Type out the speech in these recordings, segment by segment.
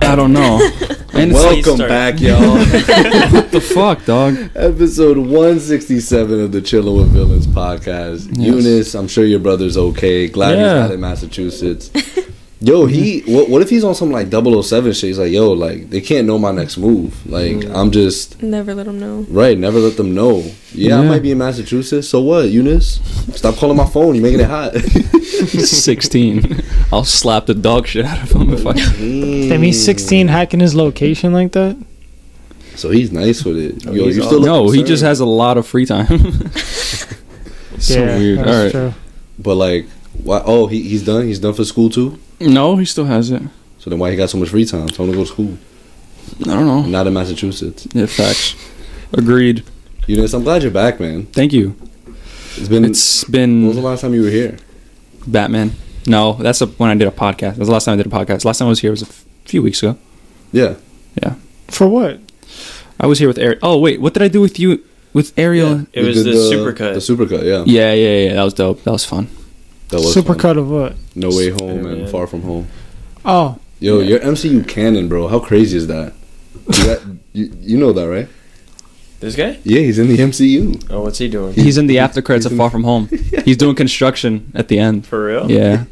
don't know. And it's like, Welcome start. back, y'all. what the fuck, dog? Episode 167 of the Chillin' with Villains podcast. Eunice, I'm sure your brother's okay. Glad he's Yeah. not in Massachusetts. Yo, he. What, what if he's on some like 007 shit? He's like, yo, like they can't know my next move. Like I'm just Never let them know. right. Never let them know. Yeah, I Yeah. might be in Massachusetts. So what, Eunice? Stop calling my phone. You're making it hot. 16. I'll slap the dog shit out of him if I. Damn, he's 16 hacking his location like that? So he's nice with it. Oh, Yo, he's you still all- look No, he concerned. just has a lot of free time. so weird. All that's right. true. But like, why? Oh, he, he's done. He's done for school too. No, he still has it. So then why he got so much free time? Tell him to go to school. I don't know. Not in Massachusetts. Yeah, facts. Agreed. Eunice, I'm glad you're back, man. Thank you. It's been. It's when was the been last time you were here? Batman. No, that's a, when I did a podcast. That was the last time I did a podcast. Last time I was here was a f- few weeks ago. Yeah, For what? I was here with Ariel. Oh wait, what did I do with you with Ariel? It We was the, did supercut. The supercut, yeah. Yeah, yeah, yeah. That was dope. That was fun. That was fun. Supercut of what? No way home and Spider-Man. far from home. Oh, Yo, Yeah. your MCU canon, bro. How crazy is that? You, got- you, you know that, right? this guy? Yeah, he's in the MCU. Oh, what's he doing? He's in the after credits of Far From Home. He's doing construction at the end. For real? Yeah.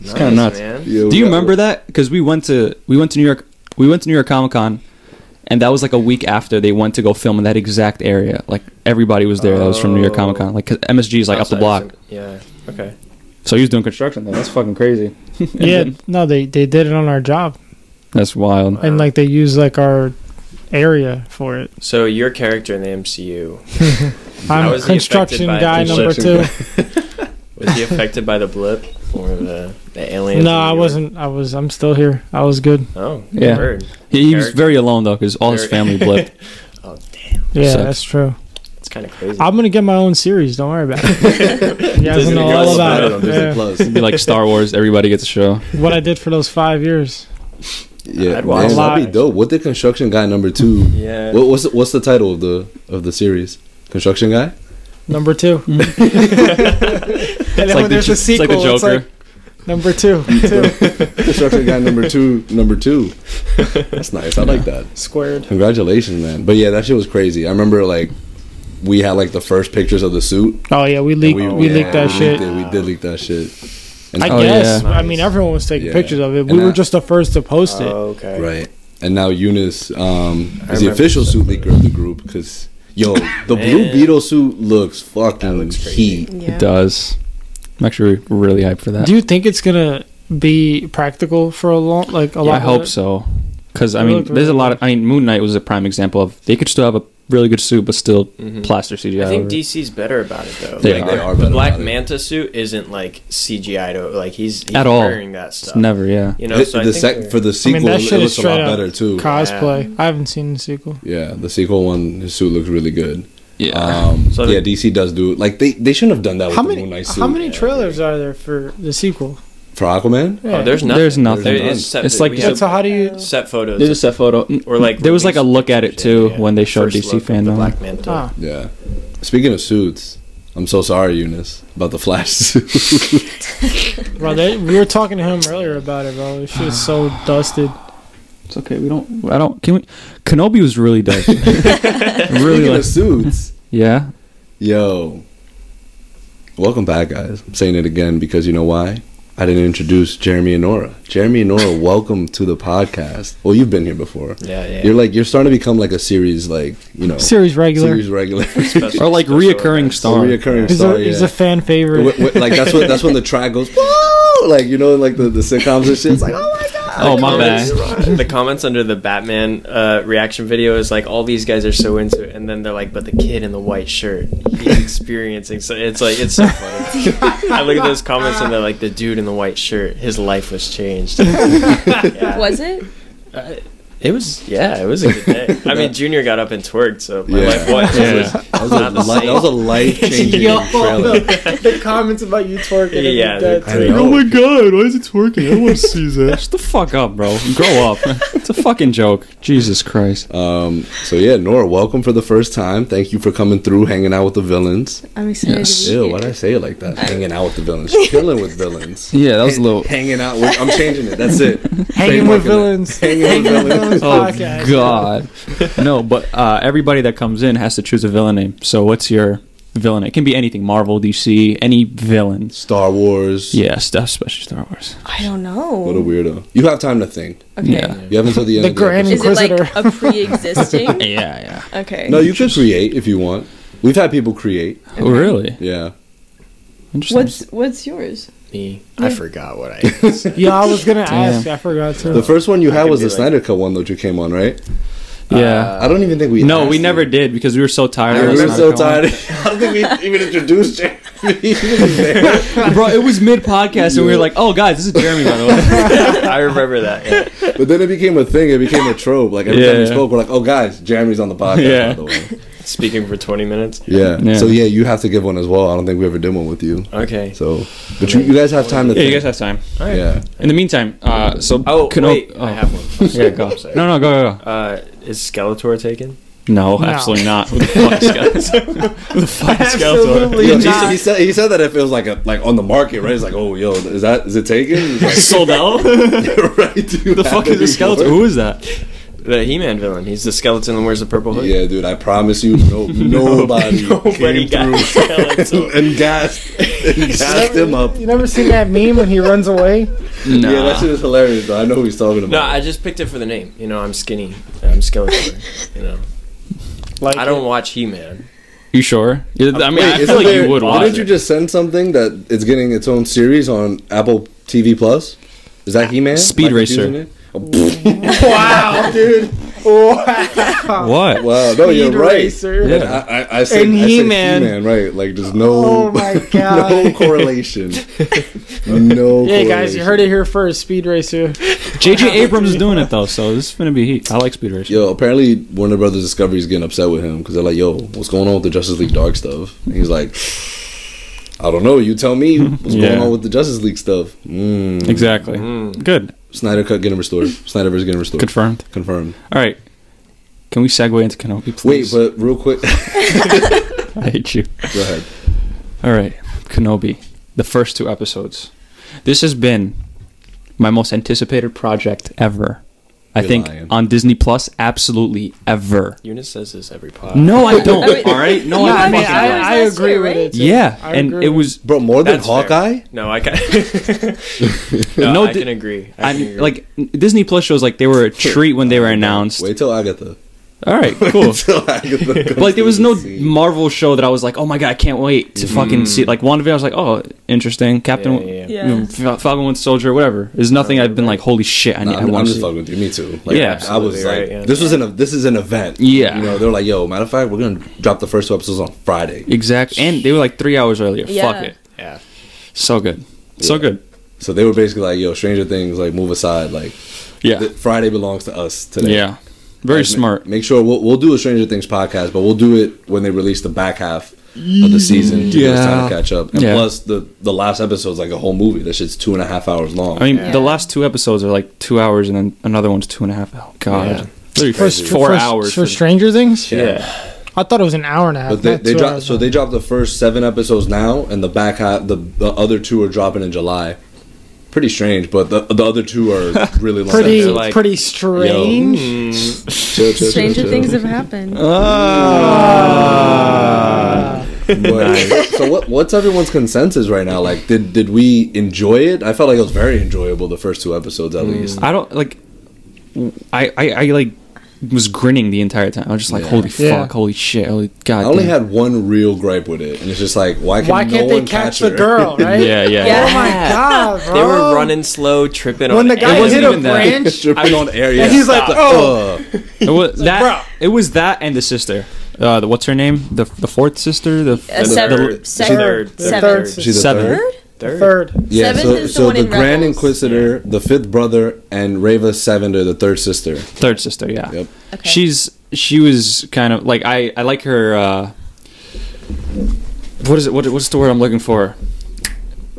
it's kinda nuts. Man. Yo, Do we you got- remember that? Because we went to we went to New York we went to New York Comic Con, and that was like a week after they went to go film in that exact area. Like everybody was there. That was from New York Comic Con. Like 'cause MSG is like up the Outside block, isn't- Yeah. Okay. so he was doing construction. There. That's fucking crazy. And yeah. then- No, they, they did it on our job. that's wild. And, like, they used, like, our area for it. So your character in the MCU How I'm is he affected construction by guy number construction two. was he affected by the blip or the the alien? No, I wasn't. I was. I'm still here. I was good. Oh, Yeah. word. He, he was Character. very alone though, because all his Very- family blipped. Oh damn, Yeah, Sucks. that's true. it's kind of crazy. I'm gonna get my own series. Don't worry about it. You guys Disney know Plus. all Spider-Man on about it. Disney Yeah. Plus. Be like Star Wars. Everybody gets a show. What I did for those five years. Yeah, I'd man, watch that. that'd be dope. What the construction guy number two? Yeah. What, what's the, what's the title of the of the series? Construction guy. Number two. and then It's like, the, jo- it's like the Joker. number two. two. Construction guy number two. Number two. That's nice. I like that. Squared. Congratulations, man. But yeah, that shit was crazy. I remember like we had like the first pictures of the suit. Oh yeah, we leaked. We, yeah, leaked that we shit. Leaked it. We did leak that shit. And I Oh, guess. yeah. I mean, everyone was taking Yeah. pictures of it. We And were I- Uh, just the first to post Oh, it. okay. right. And now Eunice um, I is the remember official that. suit leaker of the group because yo, the blue Man. beetle suit looks fucking looks crazy. heat. Yeah. It does. I'm actually really hyped for that. Do you think it's gonna be practical for a long, like a lot? I of hope it? so. Because I It mean, looked there's a really lot of. I mean, Moon Knight was a prime example of they could still have a really good suit, but still plaster CGI. Mm-hmm. I think over it. DC's better about it though. They Like, are. better The Black about it. Manta suit isn't like CGI to like he's, he's At all. wearing that It's stuff. never, yeah. You know, It- so I the think sec- they're- for the I sequel, mean, that it shit is looks a straight lot up better too. cosplay. I haven't seen the sequel. yeah, the sequel one, his suit looks really good. Yeah. Um, So yeah, the- DC does do like they they shouldn't have done that with How the many? Moon Knight suit. How many trailers are there for the sequel? for Aquaman? oh, there's nothing. There's nothing. is set- It's like- we Yeah, have so how do you? set photos. There's a set photo. or like there was like a release look at it pictures, too yeah, yeah. when they showed First DC look of the fandom. Black Manta. Ah, Yeah. Speaking of suits, I'm so sorry, Eunice, about the Flash suit. bro, they, we were talking to him earlier about it, bro. This shit is so dusted. It's okay. We don't. I don't. Can we? Kenobi was really dope. really Speaking like. of suits, Yeah. yo, welcome back, guys. I'm saying it again because you know why? I didn't introduce Jeremy and Nora. Jeremy and Nora, welcome to the podcast. Well, you've been here before. Yeah, yeah. You're like you're starting to become like a series, like you know, Series regular. series regular, Special- Or like special reoccurring events. star. reoccurring He's, star. a, he's yeah. a fan favorite. Wh- wh- like that's when that's when the track goes whoa, like you know, like the, the sitcoms and shit. It's like oh my god. Oh my bad. Comments- the comments under the Batman uh, reaction video is like, all these guys are so into it, and then they're like, but the kid in the white shirt, he's experiencing. So it's like, it's so funny. I look at those comments and they're like, the dude in the white shirt, his life was changed. Yeah. Was it? It was, yeah, it was a good day. I mean, Junior got up and twerked, so my Yeah. life was. Yeah. was- was a, Not the li- that was a life changing Yo. trailer. the comments about you twerking. and Yeah, that- I know. Oh god, why is it twerking? I want to see that. Shut the fuck up, bro. Grow up. it's a fucking joke. Jesus Christ. Um, so yeah, Nora, welcome for the first time. Thank you for coming through, hanging out with the villains. I'm excited Yes. to be Ew, here. why'd I say it like that? Hanging out with the villains, chilling with villains. Yeah, that was a Hang- little. Hanging out with. I'm changing it. That's it. Hanging Trademarking with it. villains. Hanging with villains. Oh podcast. God. No, but uh, everybody that comes in has to choose a villain name. So what's your villain? name? It can be anything. Marvel, DC, any villains. Star Wars. Yeah, stuff, especially Star Wars. I don't know. What a weirdo. You have time to think. okay. Yeah. You have until the end. The of Grammy- episode. Is it like Inquisitor. a pre-existing? Yeah, yeah. okay. No, you can create if you want. We've had people create. Oh, really? Yeah. Interesting. What's what's yours? Me, I forgot what I. Yeah, I was gonna Damn. ask. I forgot The too. first one you I had could was be the like- Snyder Cut one that you came on, right? yeah. I don't even think we. no, asked we you. never did because Uh, we were so tired. I of was Sonic so going. tired. I don't think we even introduced Jeremy. He was there. Bro, it was mid podcast and we were like, "Oh, guys, this is Jeremy." By the way, I remember that. Yeah. But then it became a thing. It became a trope. Like every time Yeah. we spoke, we're like, "Oh, guys, Jeremy's on the podcast." Yeah. By the way. Speaking for 20 minutes. Yeah. Yeah. So yeah, you have to give one as well. I don't think we ever did one with you. Okay. So, but you, you guys have time to. yeah, think. you guys have time. All right. yeah. In the meantime, uh, so Oh, Keno- wait. I oh. have one. yeah, go. I'm sorry. No, no, go, go, go. Uh, is Skeletor taken? No, No. absolutely not. Who the fuck is Skeletor? Who the fuck is Skeletor? Absolutely Yo, he, not. said- he said he said that if it was like a like on the market, right? It's like, oh, yo, is that is it taken? He's like, Sold out? Who right. Dude, the fuck is a Skeletor? Who is that? The He-Man villain. He's the skeleton that wears the purple hood. Yeah, dude. I promise you, no, nobody, Nobody nobody got came through Skeletor. and gassed and gassed him up. You never seen that meme when he runs away? Nah. Yeah, that shit is hilarious. Though I know who he's talking about. No, I just picked it for the name. You know, I'm skinny. I'm Skeletor. You know, Like I don't watch He-Man. you sure? Yeah, I mean, I Wait, feel isn't like there- you would watch Didn't it. you just send something that it's getting its own series on Apple TV Plus? Is Uh, that He Man? Speed Racer. Oh, Wow, dude. Wow. what? Wow, no, you're Speed right. Racer. And I, I, I said, And He He-Man. Man, right? Like, there's no, Oh my God. no correlation. no. Yeah, guys, you heard it here first. Speed Racer. J.J. Abrams is doing it though, so this is gonna be heat. I like Speed Racer. Yo, apparently Warner Brothers Discovery is getting upset with him because they're like, "Yo, what's going on with the Justice League Dark stuff?" And he's like, "I don't know. You tell me what's Yeah. going on with the Justice League stuff." Mm. Exactly. Good. Snyder cut getting restored. Snyderverse getting restored. Confirmed. Confirmed. All right. Can we segue into Kenobi, Wait, please? but real quick, go I hate you. ahead. All right, Kenobi, the first two episodes. This has been my most anticipated project ever. I You're think lying. on Disney Plus, absolutely ever. Eunice says this every pod. No, I don't. I mean- all right, no, No, I, I mean, fucking I, don't. I That's agree it, with it. too. yeah, I and agree it with was. Bro, more than That's fair. Hawkeye. No, I can. no, No, I di- can agree. I I can mean, agree. like Disney Plus shows, like they were a treat when they were announced. Wait till Agatha. All right, cool. till Agatha. comes But like there was to no the scene. Marvel show that I was like, oh my god, I can't wait to fucking see. it. Like WandaVision, I was like, oh, interesting. Captain, Yeah, yeah, yeah. you know, Fa- Falcon Winter Soldier, whatever. There's nothing I've been like, holy shit, I, need, Nah, I I'm, I'm want to just see. fucking with you. Me too. Like, Yeah, I was absolutely, like, right, yeah. this was an this is an event. Yeah. you know, they're like, yo, matter of fact, we're gonna drop the first two episodes on Friday. Exactly. And they were like three hours earlier. Yeah. Fuck it. yeah. So good. So Yeah. good. So they were basically like, yo, Stranger Things, like move aside. Like Yeah. th- Friday belongs to us today. Yeah. Very Like, ma- smart. Make sure we'll, we'll do a Stranger Things podcast, but we'll do it when they release the back half of the season. To yeah, give us time to Yeah. catch up. And Yeah. plus, the the last episode is like a whole movie. That shit's two and a half hours long. I mean, Yeah. the last two episodes are like two hours, and then another one's two and a half. Oh Yeah. God, Literally For, Crazy. four for- hours for for- Stranger Things. Yeah. Yeah. I thought it was an hour and a half. But they, not they two dropped hours so long. they dropped the first seven episodes now, and the back half, the, the other two are dropping in July. Pretty strange, but the the other two are really long. uh, pretty they're like- pretty strange. Mm-hmm. Mm, Chill, chill, chill, Stranger chill. things have Uh, happened. But- uh, so what what's everyone's consensus right now? Like, did did we enjoy it? I felt like it was very enjoyable the first two episodes at least. I don't like. I, I I like was grinning the entire time. I was just like, Yeah. holy Yeah. fuck, holy shit, holy I god. only Mm. damn. had one real gripe with it, and it's just like, why, can Why no can't they one catch her? the girl? Right? yeah, yeah. Yeah. Oh my god, bro. they were running slow, tripping When on the guy It eggs. wasn't hit a even that. branch. Stripping on air, yeah. he's like, oh, It was bro. that. It was that and the sister. Uh, the, what's her name? The the fourth sister. The, Uh, the- seven- the- Third. Second- Third. Third. Third. Third. she's the Seven. third. Third. Third. Yeah, Seventh so, is the so one the in Grand Rebels. Inquisitor, the fifth brother, and Reva Savender, the third sister. third sister. Yeah. Yep. Okay. She's she was kind of like I I like her. uh what is it? What, what's the word I'm looking for?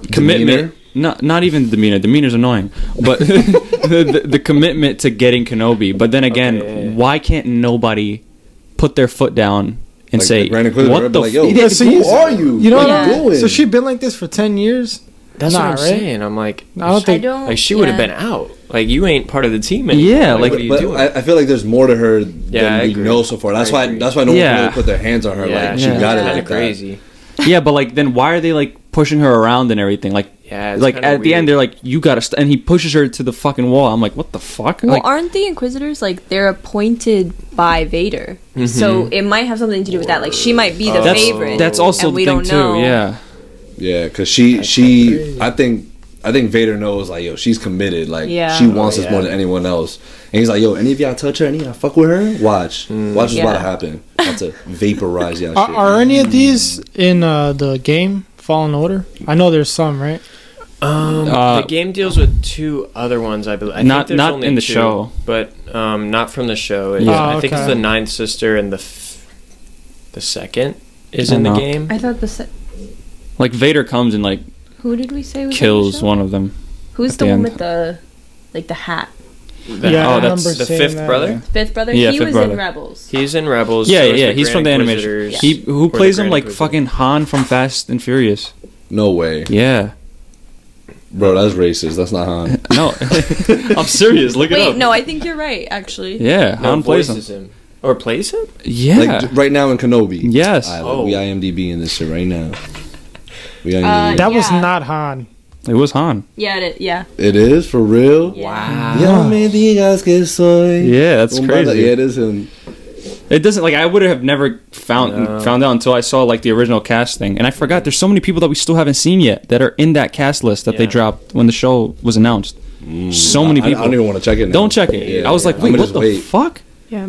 Demeanor? Commitment. Not not even demeanor. Demeanor's annoying, but the, the, the commitment to getting Kenobi. But then again, Okay, yeah, yeah. why can't nobody put their foot down and Like, say Brandon Quigley, what I'd be the like, f- yo, Yeah, so who you- are you? You know what are what you Yeah. doing? So she been like this for ten years. That's Nah, what I'm right? saying. I'm like, I don't think. don't. like she would have yeah. been out. Like you ain't part of the team anymore. Yeah, like- what are you but doing? I, I feel like there's more to her than Yeah, I we agree. know so far. That's I why. agree. That's why no one Yeah. can really put their hands on her. like she Yeah. got it Yeah. Kinda like that. crazy. yeah, but like then why are they like pushing her around and everything? Like Yeah, it's like at kinda the end they're weird. like you gotta st-, and he pushes her to the fucking wall. I'm like what the fuck? Well, Like, aren't the Inquisitors like they're appointed by Vader? So it might have something to do with that. Like she might be the Mm-hmm. that's favorite. that's also and the we thing don't too. know. Yeah, Yeah, because she she I think I think Vader knows like yo she's committed like Yeah. she wants Oh, us yeah. more than anyone else and he's like yo any of y'all touch her any of y'all fuck with her watch Mm. watch what's about to Yeah. happen about to vaporize y'all Are, shit. are any of these in uh, the game Fallen Order? I know there's some, right? Um, Uh, the game deals with two other ones, I believe. I Not- think there's not only in the two, show. but um, not from the show. It's, Yeah. Oh, I think it's okay. the ninth sister and the f- the second is I in the know. game. I thought the se- like Vader comes and like who did we say was on the kills show? one of them. Who's at the the one end. with the like the hat? The- Yeah, oh, I that's remember the seeing fifth that. brother? Fifth brother. Yeah, he fifth was brother. in Rebels. He's in Rebels. Yeah, so is yeah, he's from the Grand animation. Inquisitors, He who or the plays him Grand like Inquisitor. fucking Han from Fast and Furious. no way Yeah, bro that's racist that's not Han no, I'm serious. Look it Wait, up. no, I think you're right. Actually, Yeah, No, Han plays him. voices him. Or plays him? Yeah, like j- right now in Kenobi Yes. Alright, Oh. we IMDb in this shit right now we IMDb. Uh, That was Yeah. not Han. it was Han. yeah, it, yeah. it is for real Wow. yo man do you guys get soy Yeah, that's Um, crazy. yeah it is him It doesn't like I would have never found No. found out until I saw like the original cast thing, and I forgot there's so many people that we still haven't seen yet that are in that cast list that they Yeah. dropped when the show was announced. so many I- I, people. don't even want to check it now. Don't check it. Yeah, I was yeah. like, I'ma wait, what just the wait. fuck? Yeah.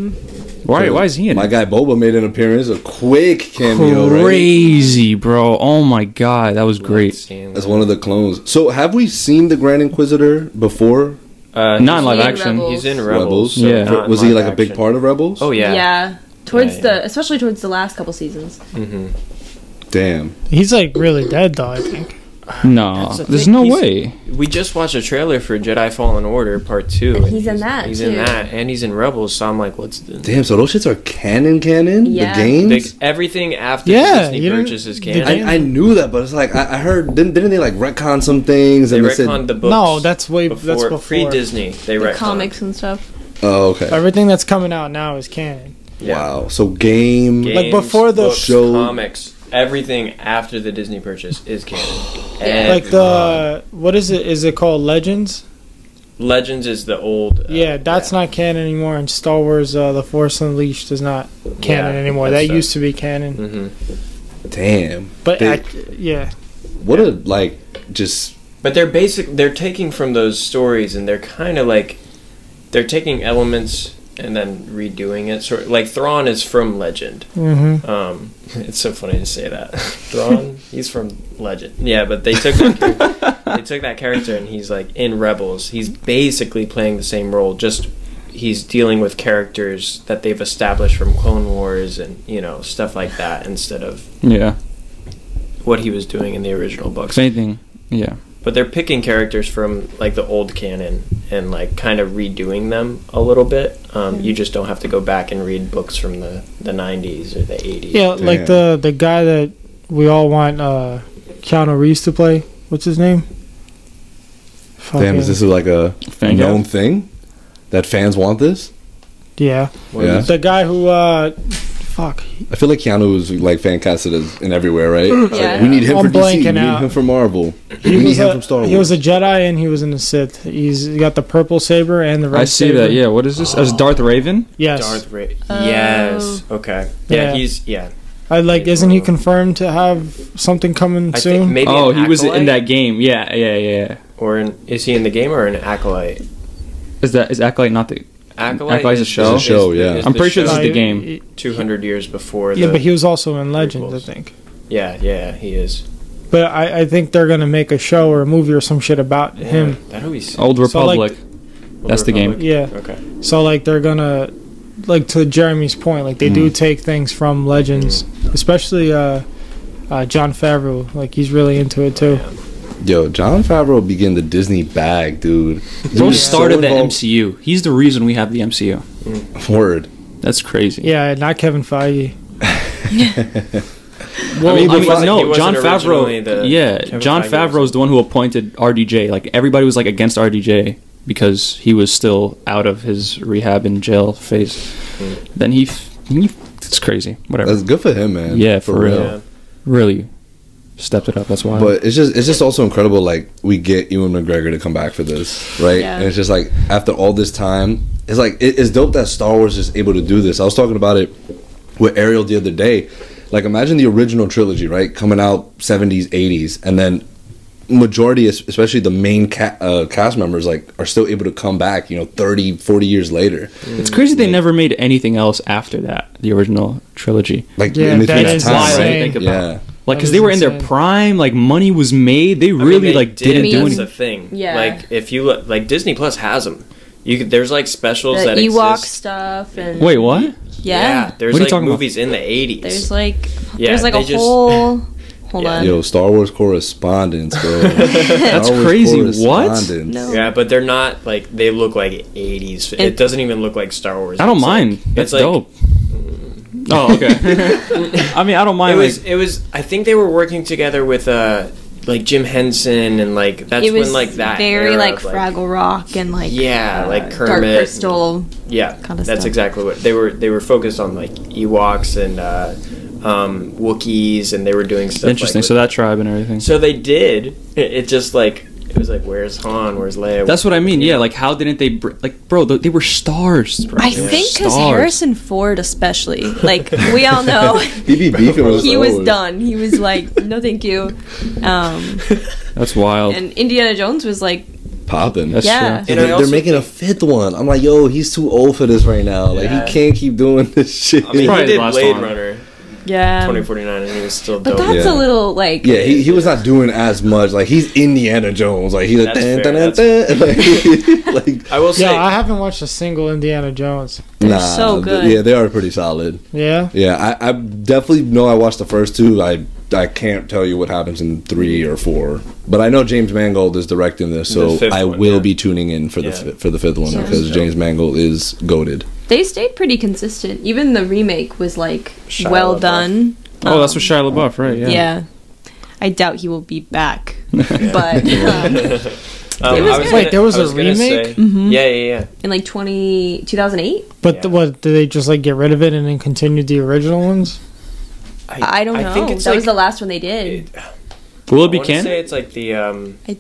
Why? Why is he in? My it? guy Boba made an appearance, a quick cameo, right? Crazy, bro. Oh my god, that was great. Stanley. As one of the clones. So have we seen the Grand Inquisitor before? Uh, Not in he's- live in action. Rebels. He's in Rebels. Rebels. so Yeah. not in Was he live like a big action. part of Rebels? Oh yeah. Towards Yeah, the, especially towards the last couple seasons. hmm Damn. He's like really dead though. I think. No, That's the there's thing, no he's- way. We just watched a trailer for Jedi Fallen Order Part Two. And he's in that, He's in too. that, and he's in Rebels. So I'm like, what's the, Damn, so those shits are canon canon? Yeah. The games? the- everything after Yeah, Disney you don't- purchases the- canon? I, I knew that, but it's like I, I heard didn't, didn't they like retcon some things They and retconned the books. No, that's way- that's before. pre Disney. They The retconned comics and stuff. Oh okay. Everything that's coming out now is canon. Yeah. Wow. So game, Games, Like, before the books, show- comics, everything after the Disney purchase is canon. Yeah. Like the what is it? Is it called Legends? Legends is the old. uh, Yeah, that's not canon anymore. And Star Wars: uh, The Force Unleashed is not canon Yeah, anymore. That that's used to be canon, Mhm. damn. but They- I, yeah, What a like just But they're basic. They're taking from those stories, and they're kind of like they're taking elements and then redoing it. Sort like Thrawn is from Legend. mm-hmm. Um, it's so funny to say that Thrawn. he's from Legend. Yeah, but they took that character, they took that character, and he's like in Rebels. He's basically playing the same role. Just he's dealing with characters that they've established from Clone Wars and you know stuff like that instead of Yeah. what he was doing in the original If books. anything, yeah. But they're picking characters from like the old canon and like kind of redoing them a little bit. Um, Mm-hmm. You just don't have to go back and read books from the the '90s or the '80s. yeah. Like the the guy that we all want uh, Keanu Reeves to play. What's his name? Fucking, damn. Is this like a Fan known thing that fans want this? yeah, What Yeah. is- the guy who uh, fuck. I feel like Keanu was like fan casted as- in everywhere, right? It's like, Yeah. we need him I'm for DC. We blanking need out. him for Marvel. He we need was, him a, from Star Wars. he was a Jedi and he was in the Sith. He's got the purple saber and the red. I see saber. that. Yeah. What is this? As Darth Raven? Yes. Darth Ra- Yes. Okay. Yeah, Oh. Yeah. he's yeah. I like. Isn't he confirmed to have something coming I soon? think maybe. oh, an he was in acolyte? that game. Yeah. Yeah. Yeah. yeah. Or an, is he in the game or an acolyte? Is that is Acolyte not the? Acolyte Acolyte's a is- show? It's a show, yeah. I'm pretty sure show this is the game. he- Two hundred years before. yeah, the, but he was also in Legends, I prequels. think. Yeah, yeah, he is. But I, I think they're gonna make a show or a movie or some shit about him. Yeah, that'll be sick. Old So, like- Republic. that's the game. Yeah. Okay. So like they're gonna, Mm. like to Jeremy's point, like they do take things from Legends, especially uh, uh, John Favreau. Like he's really into it too. Yo, John Favreau began the Disney bag, dude. Dude Bro is so started the involved- MCU. He's the reason we have the MCU. Word. That's crazy. Yeah, not Kevin Feige. Well, I mean, I he mean, wasn't- no, he John wasn't originally Favreau. the- yeah, Kevin John Feige Favreau is the one who appointed RDJ. Like everybody was like against RDJ because he was still out of his rehab and jail phase. Hmm. Then he, f- he, it's crazy. Whatever. That's good for him, man. Yeah, for real. Yeah. really stepped it up. That's why. But it's just it's just also incredible. Like we get Ewan McGregor to come back for this, right? Yeah. And it's just like after all this time, it's like it- it's dope that Star Wars is able to do this. I was talking about it with Ariel the other day. Like imagine the original trilogy, right? Coming out seventies, eighties, and then majority es- especially the main ca- uh, cast members like are still able to come back you know 30 40 years later it's crazy they never made anything else after that. The original trilogy, like Yeah, in the that that is time insane. right Think about yeah like That because is they were in their insane. prime. Like money was made. They I mean, really they like did. not Me- do That's anything. the thing. Yeah. Like if you look, like Disney Plus has them. You could, there's like The specials that Ewok exist. stuff and Wait, what? yeah, There's What are you like talking about? movies in the 80s. there's like Yeah, there's like they a just- whole hold Yeah. on Yo, Star Wars correspondence, bro. That's crazy. What? No. yeah, but they're not like they look like 80s. It, And- doesn't even look like Star Wars. I don't It's like- mind. That's it's like dope. Oh, okay. I mean, I don't it mind. was like, it was I think they were working together with uh like Jim Henson and like that's it was when like that very era like of, Fraggle Rock and like uh, Yeah, like Dark Kermit. Crystal Yeah, kinda that's stuff. exactly what they were. They were focused on like Ewoks and uh, um, Wookiees, and they were doing stuff. interesting. Like so with- that tribe and everything. so they did. It, it just like it was like where's Han? Where's Leia? That's what I mean. Yeah, like how didn't they br- like, bro? th- They were stars. Bro. I They were think because stars. Harrison Ford, especially, like we all know, He be beefing with he Star was Wars. done. He was like, no, thank you. Um, That's wild. and Indiana Jones was like, Popping. Oh. That's yeah, true. And And I they're, also they're making a fifth one. I'm like, yo, he's too old for this right now. Like, Yeah. he can't keep doing this shit. I mean, Probably he the did last Blade one. Runner yeah. 2049, and he was still Um, But dope. that's Yeah. a little like, yeah, he, he was not doing as much. Like, he's Indiana Jones. Like, he's like, dun, That's fair, dun, dun, dun. like, like, I will say, Yeah, I haven't watched a single Indiana Jones. nah. so th- good. Yeah, they are pretty solid. Yeah, Yeah, I, I definitely know I watched the first two. I I can't tell you what happens in three or four, but I know James Mangold is directing this, so The fifth I one, will yeah. be tuning in for the Yeah. fi- for the fifth one Yeah. because James Mangold is goaded. they stayed pretty consistent. Even the remake was like Shia well LaBeouf. done. oh, that's Um, what Shia LaBeouf, right? Yeah. yeah. I doubt he will be back, but um, um, It was I good. Mm-hmm. Wait, gonna- there was I a gonna say- remake? yeah, yeah, yeah. in like 20, 2008, but Yeah. th- what did they just like get rid of it and then continue the original ones? I don't know. think it's that like, was the last one they did. Will it be I wanna say canon? it's like the um, I-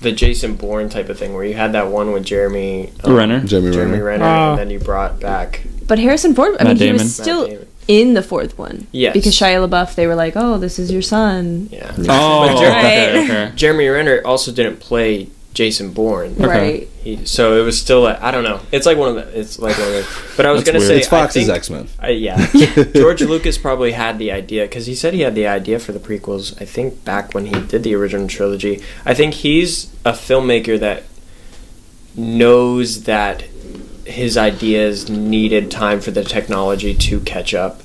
the Jason Bourne type of thing where you had that one with Jeremy um, Renner. Oh. Jeremy Jeremy Renner. Renner, Ah. and then you brought back But Harrison Ford, I Matt mean, he Damon. was still Matt Damon. in the fourth one. Yes. Because Shia LaBeouf, they were like, "Oh, this is your son." Yeah. Oh, Jeremy- okay, okay. Jeremy Renner also didn't play Jason Bourne. Right. He, so it was still like I don't know. It's like one of the. It's like one of the. But I was That's gonna weird. say It's Fox's I think, X Men. I- yeah. George Lucas probably had the idea because he said he had the idea for the prequels. I think back when he did the original trilogy. I think he's a filmmaker that knows that his ideas needed time for the technology to catch up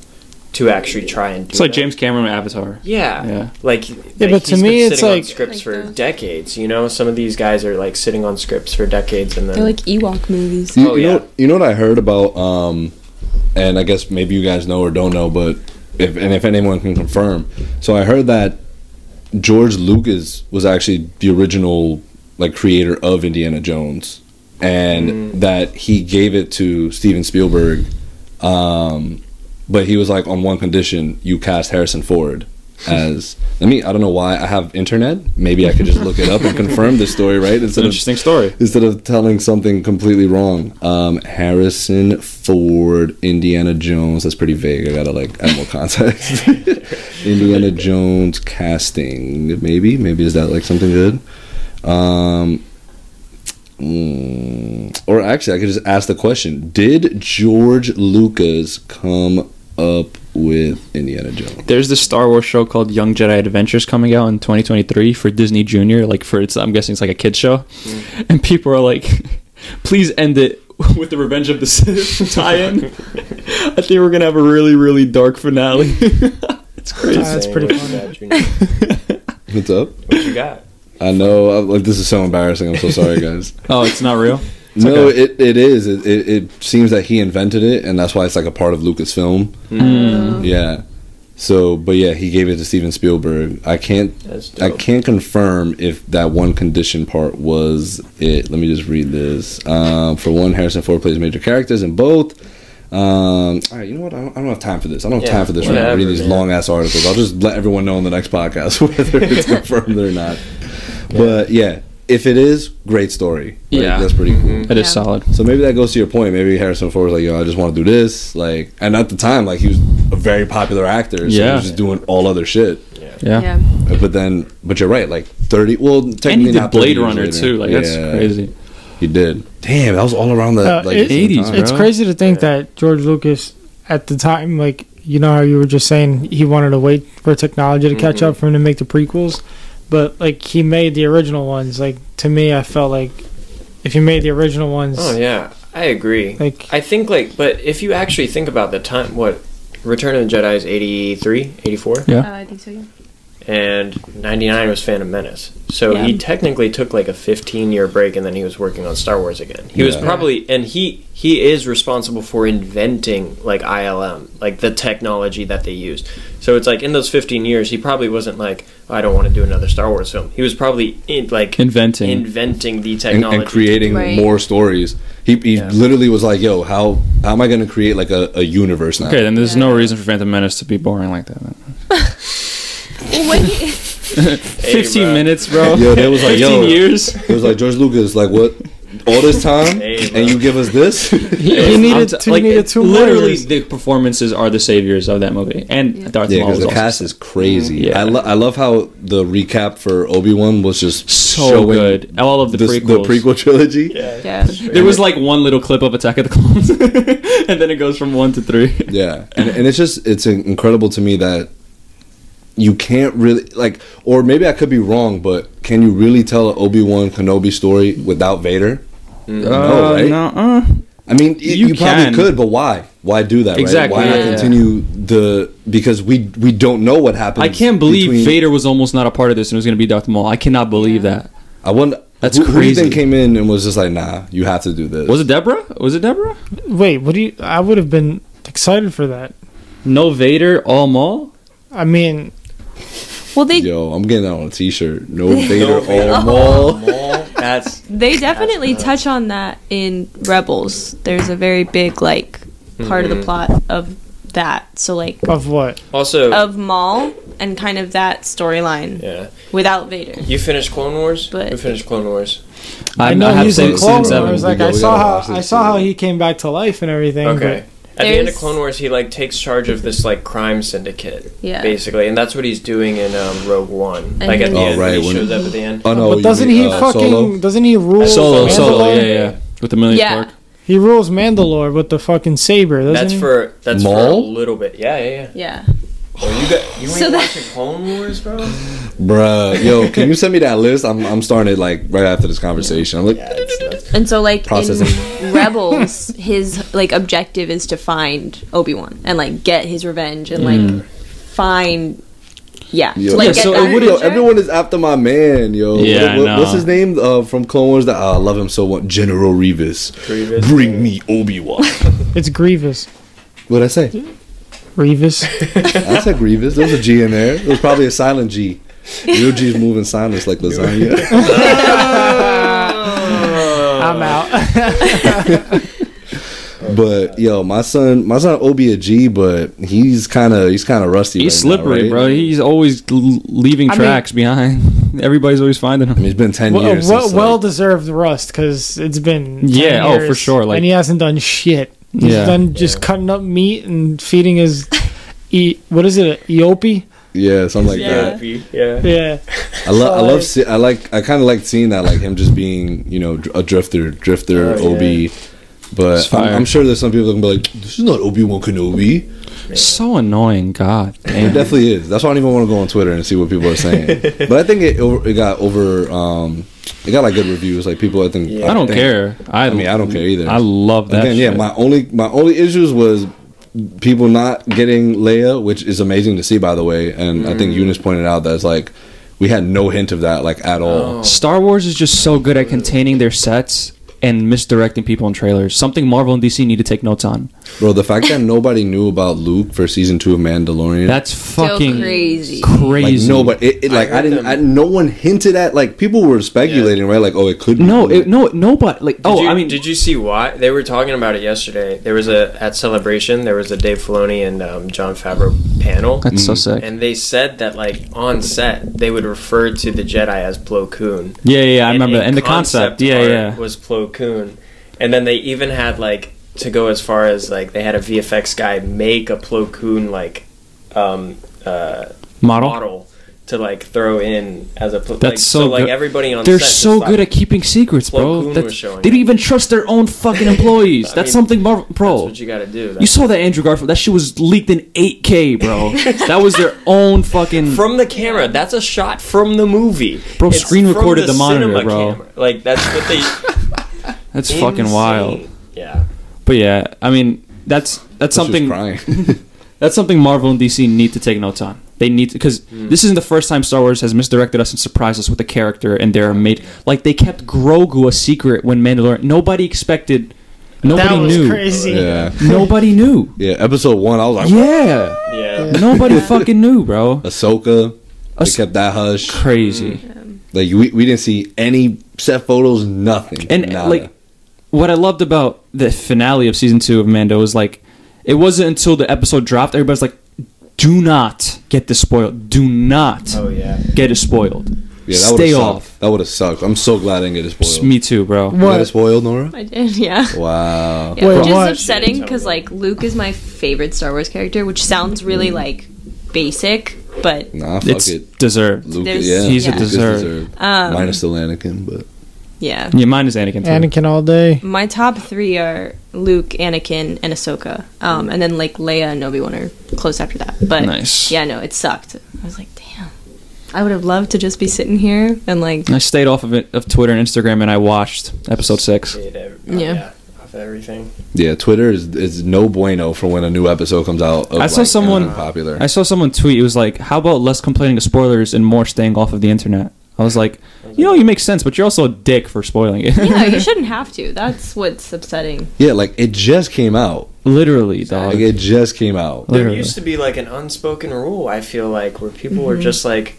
to actually try and do. It's like them. James Cameron with Avatar. Yeah. Yeah. Like, yeah, but to me, it's sitting on like- scripts Like for the- decades. You know, some of these guys are like sitting on scripts for decades, and then They're like Ewok movies. Mm. You, Oh, you yeah. know, you know what I heard about, um, and I guess maybe you guys know or don't know, but if and if anyone can confirm. So I heard that George Lucas was actually the original like creator of Indiana Jones, and Mm. that he gave it to Steven Spielberg, um, but he was like on one condition: you cast Harrison Ford. As I mean, I don't know why I have internet. Maybe I could just look it up and confirm this story, right? It's an Instead of interesting story. instead of telling something completely wrong. Um, Harrison Ford, Indiana Jones. That's pretty vague. I gotta like add more context. Indiana Jones casting. Maybe, maybe is that like something good? Um, mm, or actually, I could just ask the question: Did George Lucas come up with Indiana Jones? There's this Star Wars show called Young Jedi Adventures coming out in 2023 for Disney Junior. Like for it's, I'm guessing it's like a kids show, and people are like, "Please end it with the Revenge of the Sith tie-in." I think we're gonna have a really, really dark finale. It's crazy. That's pretty What you funny. got, Junior? What's up? What you got? I know. I, like this is so embarrassing. I'm so sorry, guys. Oh, it's not real. no, it, it is. It, it it seems that he invented it, and that's why it's like a part of Lucasfilm. Oh. Yeah. So, but yeah, he gave it to Steven Spielberg. I can't. That's dope. I can't confirm if that one condition part was it. Let me just read this. Um, for one, Harrison Ford plays major characters in both. Um, all right, you know what? I don't, I don't have time for this. I don't have Yeah, time for this right now. whatever, Reading these man. long ass articles. I'll just let everyone know in the next podcast whether it's confirmed or not. But yeah, if it is, great story. Like, Yeah. that's pretty cool. It is Yeah. solid. So maybe that goes to your point. Maybe Harrison Ford was like, "Yo, I just want to do this." Like, and at the time, like he was a very popular actor. So he Yeah. was just doing all other shit. Yeah. Yeah. But then, but you're right. Like thirty. Well, technically And he did not 30 Blade years Runner later. too. Like that's Yeah, crazy. He did. Damn, that was all around the Uh, like it- same 80s, time. bro. It's crazy to think that George Lucas, at the time, like you know how you were just saying, he wanted to wait for technology to catch up for him to make the prequels, but like he made the original ones. Like to me, I felt like if you made the original ones, Oh yeah, I agree. like I think like, but if you actually think about the time, what Return of the Jedi is 83, 84, Yeah. Oh, I think so. Yeah. and ninety nine was Phantom Menace. So Yeah. he technically took like a fifteen year break, and then he was working on Star Wars again. He was Yeah. probably, and he he is responsible for inventing like ILM, like the technology that they used. So it's like in those fifteen years, he probably wasn't like, I don't want to do another Star Wars film. He was probably in, like Inventing. inventing the and, technology and creating Right. more stories. He, he Yeah. literally was like, "Yo, how how am I going to create like a, a universe now?" Okay, then there's no reason for Phantom Menace to be boring like that. then. Wait, Hey, 15 bro. minutes, bro. Yo, they was like, 15 yo, years. It was like George Lucas, like what? All this time, Hey, bro. and you give us this? He, he needed two- he needed two more literally, years. the performances are the saviors of that movie, and Darth Yeah, Maul because was the also cast is crazy. Mm-hmm. Yeah. I, lo- I love how the recap for Obi Wan was just so showing good. All of the this- prequels. prequel trilogy. Yeah. yeah. There was like one little clip of Attack of the Clones, and then it goes from one to three. Yeah, and and it's just it's in- incredible to me that you can't really like, or maybe I could be wrong, but can you really tell an Obi Wan Kenobi story without Vader? No, Uh, right? I mean, y- you, You probably can. could, but why? Why do that? Exactly, Right? Why yeah, not yeah. continue the? Because we we don't know what happened. I can't believe between- Vader was almost not a part of this and it was going to be Darth Maul. I cannot believe that. I wonder. That's who, Who do you crazy. think came in and was just like, nah, you have to do this? Was it Deborah? Was it Deborah? wait, what do you? I would have been excited for that. No Vader, all Maul. I mean, Well, they Yo, I'm getting that on a T-shirt. No Vader, Vader. all Maul. That's they definitely touch on that in Rebels. There's a very big like part of the plot of that. So like of what? Oh. also of Maul and kind of that storyline yeah. without Vader. You finished Clone Wars. But- you finished Clone Wars. I, I'm- know have he's seen- in seen Clone seven. Wars. Like We I gotta saw watch how this I saw how too. he came back to life and everything. Okay. At the end of There's- Clone Wars, he like takes charge of this like crime syndicate, Yeah. basically, and that's what he's doing in um, Rogue One. And Like at the he- Oh, end, right, he when- shows up at the end. Oh But, no! but you doesn't mean, he uh, fucking? Solo? Doesn't he rule Solo, Mandalore? solo, yeah, yeah, yeah. with the million Yeah. fork. He rules Mandalore with the fucking saber. Doesn't That's he? for that's for a Maul? little bit. Yeah, yeah, yeah. Yeah. Oh, you got you ain't So that- watching Clone Wars, bro? Bruh, yo, can you send me that list? I'm, I'm starting it like right after this conversation. I'm like, Yeah, it's nuts. And so like Processing. in Rebels, his like objective is to find Obi Wan and like get his revenge and like find yeah. yo, Like Yeah, so get that it would've- yo, revenge. everyone is after my man, yo. Yeah, What- I What's know. his name uh, from Clone Wars? That oh, I love him so much. General Revis. Grievous. Bring me Obi Wan. It's Grievous. What'd I say? Grievous. I said Grievous. There was a G in there. It was probably a silent G. Your G's moving silence like lasagna. I'm out. but yo, my son, my son Obi a G, but he's kind of he's kind of rusty. He's right now, slippery, right? bro. He's always l- leaving I mean- tracks behind. Everybody's always finding I mean, him. it's been ten well, years. well, since, well like- deserved rust because it's been 10 Yeah, oh, for years, sure, like- and he hasn't done shit. He's Yeah. done just cutting up meat and feeding his. E- what is it? a Eope? yeah, something like that. Yeah. Yeah. Yeah. I love, I So, love, like- see- I like, I kind of like seeing that, like him just being, you know, dr- a drifter, drifter, Oh, Ob. yeah. But It's fire. I'm, I'm sure there's some people that can be like, this is not Obi Wan Kenobi. So annoying. God It damn. definitely is. That's why I don't even want to go on Twitter and see what people are saying. but I think it, over, it got over, um, it got like good reviews. Like people, I think. Yeah. I don't think- care. I, I mean, I don't care either. I love that. Again, yeah. shit. My only, my only issues was people not getting Leia, which is amazing to see, by the way. And I Mm. think Eunice pointed out that's like we had no hint of that like at all. Star Wars is just so good at containing their sets and misdirecting people in trailers. Something Marvel and DC need to take notes on. Bro, the fact that nobody knew about Luke for season two of Mandalorian. That's So fucking crazy. like crazy. no, but it, it like I I, heard didn't. them- I, no one hinted at like people were speculating, right? Like, oh, it could. Be no, Luke. it, no, no, but like, Did oh, you, I mean, did you see why they were talking about it yesterday? There was a at celebration. There was a Dave Filoni and um, John Favreau panel, that's so sick. and they said that like on set they would refer to the Jedi as Plo Koon. yeah, yeah, yeah, I remember that. And the concept, yeah, art yeah. was Plo Koon, and then they even had like to go as far as like they had a VFX guy make a Plo Koon like um, uh, Model. model to like throw in as a Plo- That's like, so like good. everybody on They're set just so thought- good at keeping secrets, Plo Koon bro. was That's, showing they don't it. even trust their own fucking employees. I that's mean, something Marvel, That's bro. what you got to do. You saw that Andrew Garfield? That shit was leaked in 8K, bro. that was their own fucking. from the camera. That's a shot from the movie. Bro, It's screen from recorded the monitor, cinema bro. Like that's what they. that's fucking wild. Insane. Yeah. But yeah, I mean, that's that's She was something. crying. That's something Marvel and DC need to take notes on. They need to because Hmm. this isn't the first time Star Wars has misdirected us and surprised us with a character and they're made like they kept Grogu a secret when Mandalorian. Nobody expected. Nobody that was knew. crazy. yeah, Nobody knew. yeah. Episode one, I was like, Yeah. Yeah. Nobody fucking knew, bro. Ahsoka. They That's kept that hush. crazy. Like we, we didn't see any set photos, nothing. And Nada. like, what I loved about the finale of season two of Mando was like, it wasn't until the episode dropped everybody's like, "Do not get this spoiled. Do not Oh yeah. get it spoiled. yeah, that Stay would've off." Sucked. That would have sucked. I'm so glad I didn't get it spoiled. Me too, bro. You got it What? spoiled, Nora? I did, yeah. Wow. Yeah, Wait, which what? is upsetting because like Luke is my favorite Star Wars character, which sounds really Mm-hmm. like basic, but Nah, fuck It's it. deserved. Luke, There's- yeah, He's a Luke is dessert. Um, Minus the Anakin, but yeah. Yeah, mine is Anakin. Too. Anakin all day. My top three are Luke, Anakin, and Ahsoka, um, and then like Leia and Obi Wan are close after that. But Nice. yeah, no, it sucked. I was like, damn, I would have loved to just be sitting here and like I stayed off of it of Twitter and Instagram, and I watched episode six. Hate ev- Yeah. oh, Of everything. yeah, Twitter is is no bueno for when a new episode comes out. Of, I saw like, someone- anything popular. I saw someone tweet. It was like, "How about less complaining of spoilers and more staying off of the internet?" I was like, "You know, you make sense, but you're also a dick for spoiling it." yeah, you shouldn't have to. That's what's upsetting. yeah, like it just came out. Literally, dog. Like it just came out. Literally. There used to be like an unspoken rule. I feel like where people were Mm-hmm. just like,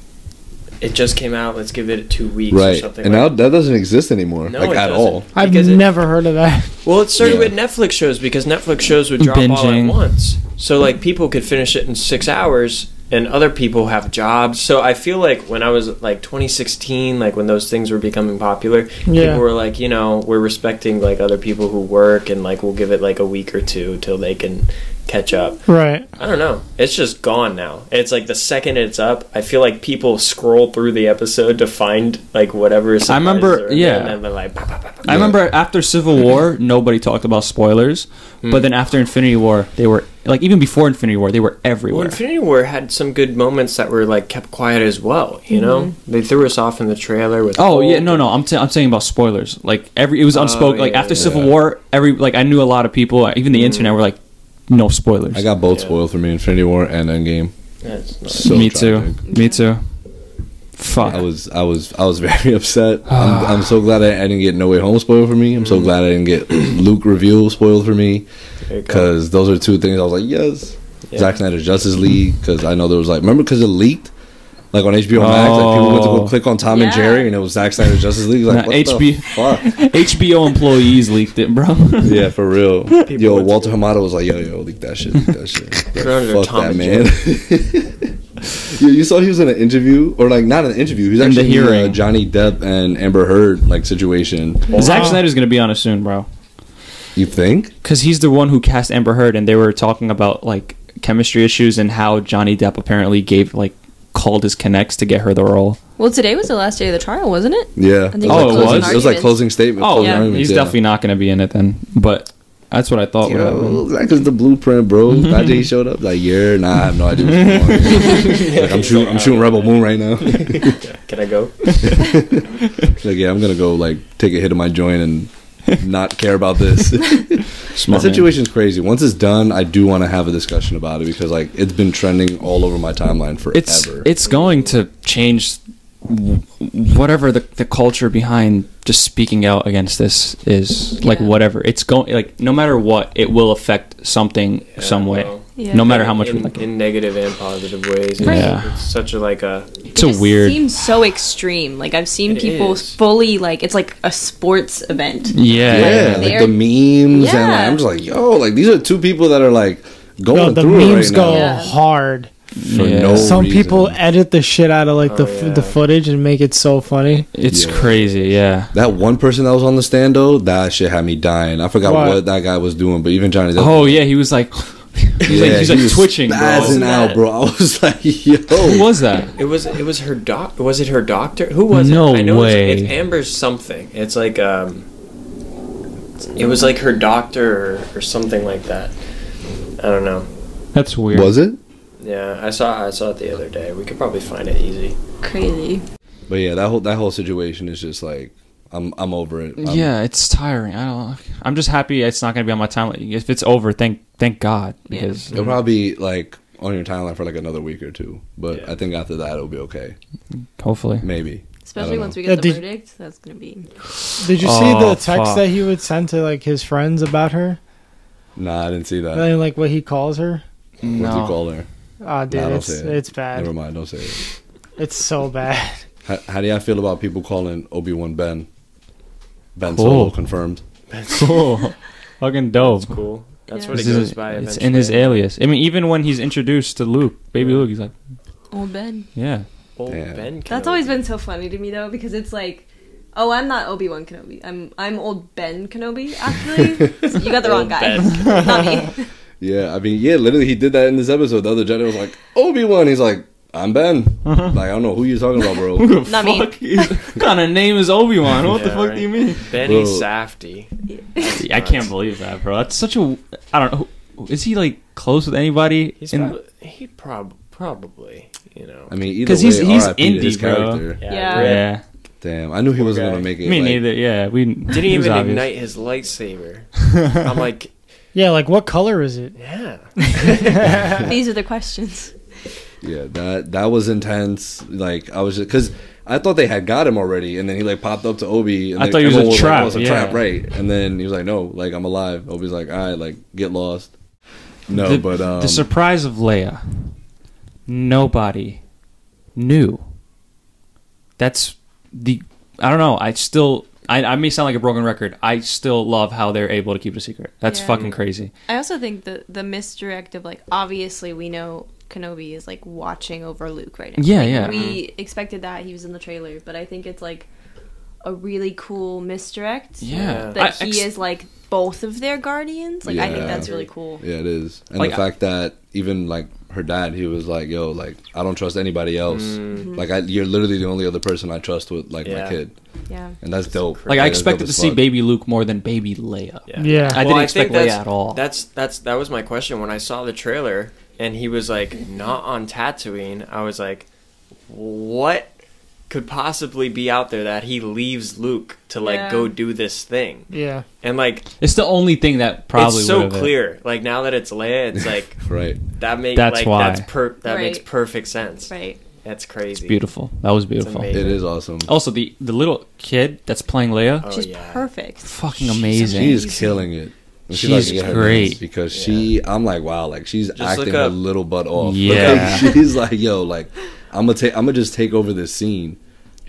"It just came out. Let's give it two weeks or Right, something." and now like that doesn't exist anymore, No, like it at doesn't. all. I've Because it- never heard of that. Well, it started Yeah. with Netflix shows because Netflix shows would drop all at Binging. once. So like people could finish it in six hours, and other people have jobs. So I feel like when I was like 2016, like when those things were becoming popular, Yeah. people were like, you know, we're respecting like other people who work, and like we'll give it like a week or two till they can catch up. Right. I don't know. It's just gone now. It's like the second it's up, I feel like people scroll through the episode to find like whatever. surprises remember- are in it, yeah. And then they're like, "Bah, bah, bah, bah." I remember after Civil War, nobody talked about spoilers, Hmm. but then after Infinity War, they were like even before Infinity War, they were Well, everywhere. Infinity War had some good moments that were like kept quiet as well. You know, they threw us off in the trailer with. Mm-hmm. Oh Hulk. yeah, no, no, I'm t- I'm saying about spoilers. Like every, Oh, it was unspoken. like yeah, after yeah. Civil War, every like I knew a lot of people, even the internet, were like, no spoilers. Hmm. I got both Yeah. spoiled for me, Infinity War and Endgame. That's not- So me tragic. too, me too. Fuck. Ah. I was I was I was very upset. I'm, I'm so glad I, I didn't get No Way Home spoiled for me. I'm Mm. so glad I didn't get Luke reveal spoiled for me there you go. because those are two things I was like, yes, Yeah. Zack Snyder's Justice League because I know there was like remember because it leaked like on HBO Max, like people went to Oh. go click on Tom and Yeah. Jerry and it was Zack Snyder's Justice League. Like Nah, what HB the fuck? HBO employees leaked it, bro. yeah, for real. yo, went to Walter Hamada was like, yo, yo, leak that shit, leak that shit. Like, Grounded fuck Tom that and man. Yo, you saw he was in an interview, or like not an interview. He's In the actually in the hearing. Johnny Depp and Amber Heard like situation. Zack Wow. Snyder's gonna be on it soon, bro, You think? because he's the one who cast Amber Heard, and they were talking about like chemistry issues and how Johnny Depp apparently gave like called his connects to get her the role. Well, today was the last day of the trial, wasn't it? Yeah. think Oh, it like was? closing- It was like Arguments. closing statement. Oh, closing yeah, arguments, he's definitely not going to be in it then. But that's what I thought would happen. Yo, that is the blueprint, bro. Mm-hmm. That day he showed up, like, yeah, nah, I have no idea. What's going on. like, I'm shooting, I'm shooting Rebel Moon right now. Can I go? like, yeah, I'm gonna go like take a hit of my joint and not care about this. Smart that man. situation's crazy. Once it's done, I do want to have a discussion about it because like it's been trending all over my timeline forever. It's it's going to change w- whatever the, the culture behind just speaking out against this is like Yeah. whatever it's going like no matter what it will affect something Yeah, some way well, Yeah. no matter how much in, we like it in negative and positive ways. It's, Right. Yeah. it's such a like a it's a just weird seems so extreme. Like I've seen It people is. fully like it's like a sports event. yeah, yeah, like They're- the memes and like, Yeah. I'm just like, yo, like these are two people that are like Yo, going the through memes it right go now Yeah. hard. for Yeah. no Some reason. people edit the shit out of like the Oh, f- yeah. the footage and make it so funny. it's Yeah. crazy yeah That one person that was on the stand though, that shit had me dying. I forgot What? what, that guy was doing, but even Johnny. Depp- oh yeah he was like he's like, he's he like was twitching bro. spazzing out, bro. I was like, yo, who was that It was it was her doc. Was it her doctor? Who was No it? I know it's- way. It's, Amber something. It's like um, it was like her doctor or, or something like that. I don't know. that's weird was it? Yeah, I saw I saw it the other day. We could probably find it easy. Crazy. But yeah, that whole that whole situation is just like I'm I'm over it. I'm- yeah it's tiring i don't i'm just happy it's not gonna be on my timeline if it's over thank thank god Yeah. because it'll probably be like on your timeline for like another week or two. But Yeah. I think after that it'll be okay. hopefully Maybe. Especially know. once we Yeah, get the did- verdict, that's gonna be. Did you see Oh, the text fuck. that he would send to like his friends about her Nah, I didn't see that. and like what he calls her? What do you no. call her? Ah, dude, Nah, don't it's say it. it's bad. Never mind. Don't say it. It's so bad. How, how do y'all feel about people calling Obi Wan Ben? Ben Cool. Solo confirmed. cool fucking dope Cool. That's Yeah. what it This is- goes by. It's Eventually. in his alias. I mean, even when he's introduced to Luke, baby Luke, he's like, Oh Ben. yeah, Old Yeah. Ben That's Kenobi. always been so funny to me though because it's like, oh I'm not Obi Wan Kenobi. I'm I'm old Ben Kenobi actually. So you got the wrong Old guy. Ben not me. Yeah, I mean, yeah, literally, he did that in this episode. The other Jedi was like, Obi Wan. He's like, I'm Ben. Uh-huh. Like, I don't know who you're talking about, bro. Who the Not me. fuck is- what kind of name is Obi Wan? What the Yeah, fuck right. do you mean? Benny Bro. Safdie. I can't believe that, bro. That's such a. I don't know. who- Is he like close with anybody? He's in- prob- he prob- probably you know. I mean, either 'Cause way, he's- he's RIP to his indie, bro. character. Yeah. rip. yeah, Damn, I knew he Poor wasn't guy. gonna make it. me like- neither. Yeah, we Didn't it was even obvious. ignite his lightsaber. I'm like, Yeah, like what color is it? yeah. These are the questions. Yeah, that that was intense. Like, I was just because I thought they had got him already, and then he like popped up to Obi. And I then thought he was a everyone Like, trap, "Oh, it's a yeah. trap, right? And then he was like, "No, like I'm alive." Obi's like, "All right, like get lost." No, the, but um, the surprise of Leia. Nobody knew. That's the. I don't know. I still. I, I may sound like a broken record. I still love how they're able to keep it a secret. That's Yeah. fucking crazy. I also think the the misdirect of like obviously we know Kenobi is like watching over Luke right now. Yeah, Like, yeah. We expected that he was in the trailer, but I think it's like a really cool misdirect Yeah. that I- he ex- is like both of their guardians. Like I think Yeah. that's really cool. Yeah, it is. And Like, the I- fact that even like her dad, he was like, "Yo, like I don't trust anybody else. Like I, you're literally the only other person I trust with like Yeah. my kid." Yeah. And that's dope. Like I That is dope expected to as see fuck. baby Luke more than baby Leia. Yeah. Yeah. I didn't expect Leia that's- at all. That's that's that was my question when I saw the trailer and he was like not on Tatooine. I was like, what could possibly be out there that he leaves Luke to like Yeah. go do this thing? Yeah. And like It's the only thing that probably it's so would've- clear. Like now that it's Leia, it's like right. that makes That's like why. that's per- that Right. makes perfect sense. Right. That's crazy. Beautiful. That was beautiful. amazing. It is awesome. Also, the the little kid that's playing Leia, Oh, She's yeah. perfect. fucking amazing. She is killing it. And She's likes to get her great. wins because she, I'm like, wow, like she's acting look her up- little butt off. Yeah. Like, she's like, yo, like I'm gonna take, I'm gonna just take over this scene.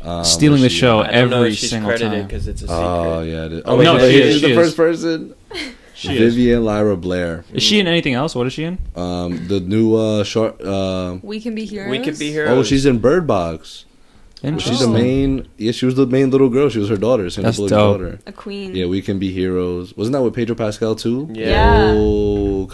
Um, Stealing the she- show I don't every know if she's single credited time. because it's a secret. Oh yeah. It is. Oh, Oh, wait, no, no, she she is, is the she is. first person. She is. Vivian Lyra Blair. Is she in anything else? What is she in? Um, the new uh, short. Uh, We can be heroes. We could be heroes. oh, she's in Bird Box. She's the Interesting. main. Yeah, she was the main little girl. She was her daughter. Sandra That's Bullock's dope. daughter. a queen. Yeah, we can be heroes. Wasn't that with Pedro Pascal too? Yeah. Oh,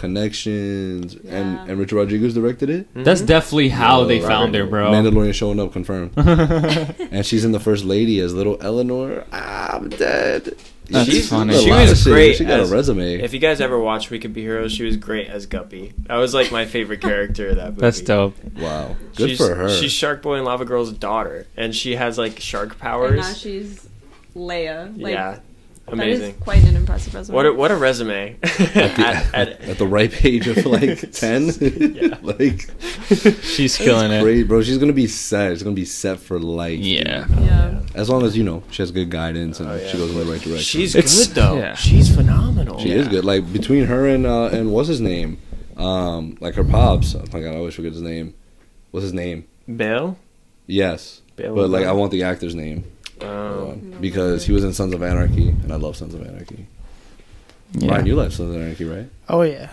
connections. Yeah. And and Richard Rodriguez directed it. That's definitely how they found her, bro. Mandalorian showing up confirmed. and she's in the First Lady as little Eleanor. Ah, I'm dead. That's She's funny. in a She lot of was shit. great She got as- a resume. If you guys ever watched We Could Be Heroes, she was great as Guppy. That was like my favorite character of that movie. That's dope. wow, good she's, for her. She's Shark Boy and Lava Girl's daughter, and she has like shark And now powers. she's Leia. Like, yeah, Amazing. That is quite an impressive resume. What a, what a resume. at the, at, the ripe age of like 10 Yeah. like She's killing it. great bro she's gonna be set she's gonna be set for life Yeah. yeah. as long as you know she has good guidance and she goes in the right direction Oh, She's It's- good though. yeah. She's phenomenal. she is good like between her and uh and what's his name um like her pops oh my god i always forget his name what's his name Bale. yes Bale but like i Bale. want the actor's name Um, because he was in sons of anarchy and i love sons of anarchy Ryan, you love sons of anarchy right Oh yeah,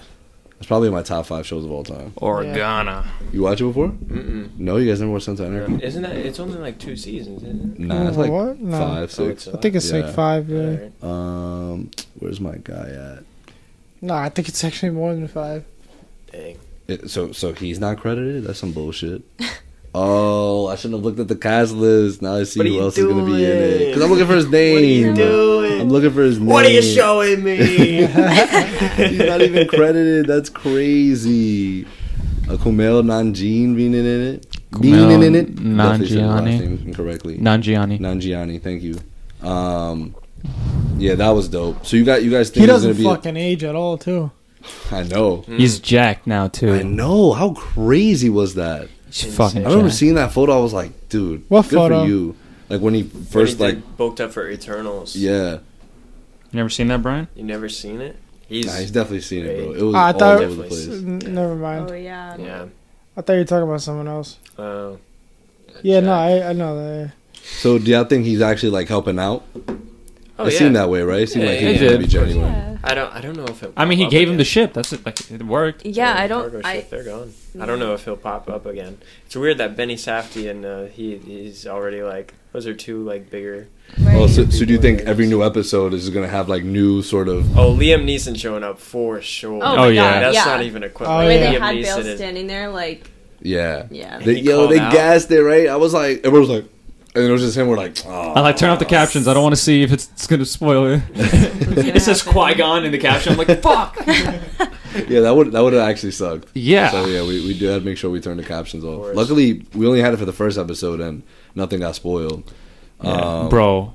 it's probably my top five shows of all time Organa. you watch it before mm-mm. no you guys never watched sons of anarchy Isn't that? It's only like two seasons, isn't it? Nah, it's like What? No. five, Oh, it's six. I think it's Yeah. like five. Yeah. Alright. Um, where's my guy at? No, I think it's actually more than five. Dang. It, so, so he's not credited. That's some bullshit. oh, I shouldn't have looked at the cast list. Now I see What are who you else is gonna be in it. doing? Because I'm looking for his name. doing? I'm looking for his name. What are you showing me? he's not even credited. That's crazy. A Kumail Nanjin being in it. Kumail Being in it. Definitely said his last Nanjiani. name incorrectly. Nanjiani. Nanjiani. Thank you. Um, yeah, that was dope. So you got you guys think He he's gonna doesn't be? fucking age at all, too. I know. He's jacked now Mm. I too. know. How crazy was that? He's fucking. I remember jacked. seeing that photo. I was like, dude, What good photo? for you. Like when he first, When he like, did bulked up for Eternals. yeah, You never seen that, Brian? You never seen it? He's Nah, he's definitely seen it, bro. great. It was Ah, I all thought- over the place. N- Never mind. Oh yeah. yeah. I thought you were talking about someone else. Uh, Yeah, no, Yeah. I, I know that. So do y'all think he's actually like helping out? oh it yeah. seemed that way, right? It seemed Yeah, like yeah, he was yeah. gonna be genuine. Yeah. I don't. I don't know if it. I mean, he pop up gave him the again. ship. That's it. Like it worked. Yeah, I Cargo don't. I, Mm. ship, they're gone. I don't Yeah. know if he'll pop up again. It's weird that Benny Safdie and uh, he he's already like those are two like bigger. right. Well, Oh, so, so do you think every new episode is gonna have like new sort of? Oh, Liam Neeson showing up for sure. Oh, my Oh, yeah. God, that's yeah. not even a question. Oh, Where yeah. they Liam had Bale Neeson is standing there, like, Yeah, yeah. They, He yo, called they out. gassed it, right? I was like, everyone was like, and it was just him. We're like, oh, I like turn off the captions. I don't want to see if it's, it's gonna spoil it. it says Qui Gon in the caption. I'm like, fuck. yeah, that would that would have actually sucked. yeah. So yeah, we, we do have to make sure we turn the captions off. course. Luckily, we only had it for the first episode and nothing got spoiled. Yeah. Um, Bro,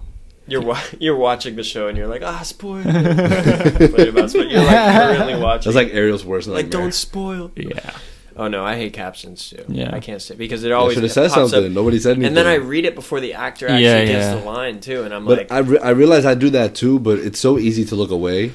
You're wa- you're watching the show and you're like, ah, spoil. but about spoil. You're like currently watching. That's like Ariel's worst nightmare. like don't spoil. yeah, Oh no, I hate captions too. Yeah. I can't say because it I always should have said pops up. something. Nobody said anything. And then I read it before the actor actually Yeah, gets yeah. the line too, and I'm but like, I, re- I realize I do that too, but it's so easy to look away.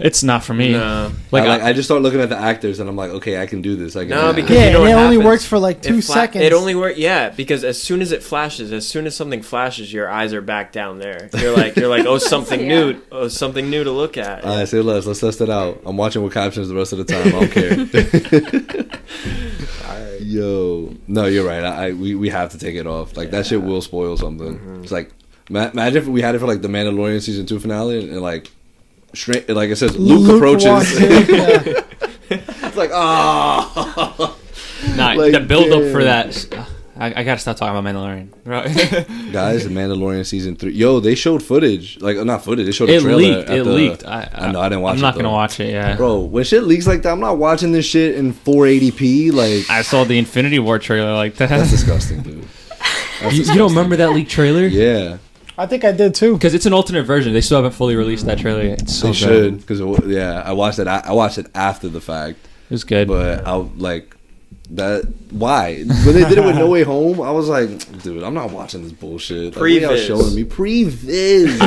it's not for me. no, Like, I, like, I, I just start looking at the actors and I'm like, okay, I can do this. I can No, do because this. Yeah, you and know what it only happens? works for like two It fla- seconds. It only works, yeah, because as soon as it flashes, as soon as something flashes, your eyes are back down there. You're like, you're like, oh, something Yeah. new, oh, something new to look at. All right, say less. Let's test it out. I'm watching with captions the rest of the time. I don't care. Yo, no, you're right. I, I we, we have to take it off. Like that shit will spoil something. Mm-hmm. It's like ma- imagine if we had it for like the Mandalorian season two finale and, and, like. Shrink, like it says, Luke, walks approaches. in, yeah. it's like, ah, Nah, Like, the build up for damn. that. I, I gotta stop talking about Mandalorian. Right? guys, the Mandalorian season three. Yo, they showed footage, like uh, not footage. They showed a it trailer. leaked. at It the- leaked. I, I know, I didn't watch I'm it, not gonna though. watch it. Yeah, Bro, when shit leaks like that, I'm not watching this shit in 480p. Like, I saw the Infinity War trailer like that's that. disgusting, dude. That's you, you disgusting. don't remember that leaked trailer? Yeah. I think I did too. Because it's an alternate version. They still haven't fully released that trailer yet. It's so they good. should because yeah, I watched it. I, I watched it after the fact, It was good. but I like that. Why when they did it with No Way Home, I was like, dude, I'm not watching this bullshit. Like, what y'all Previs. showing me previs.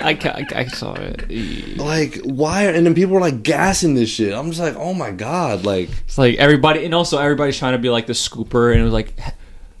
I, ca- I, I saw it. like why? And then people were like gassing this shit. I'm just like, oh my god, like It's like everybody, and also everybody's trying to be like the scooper, and it was like, "H-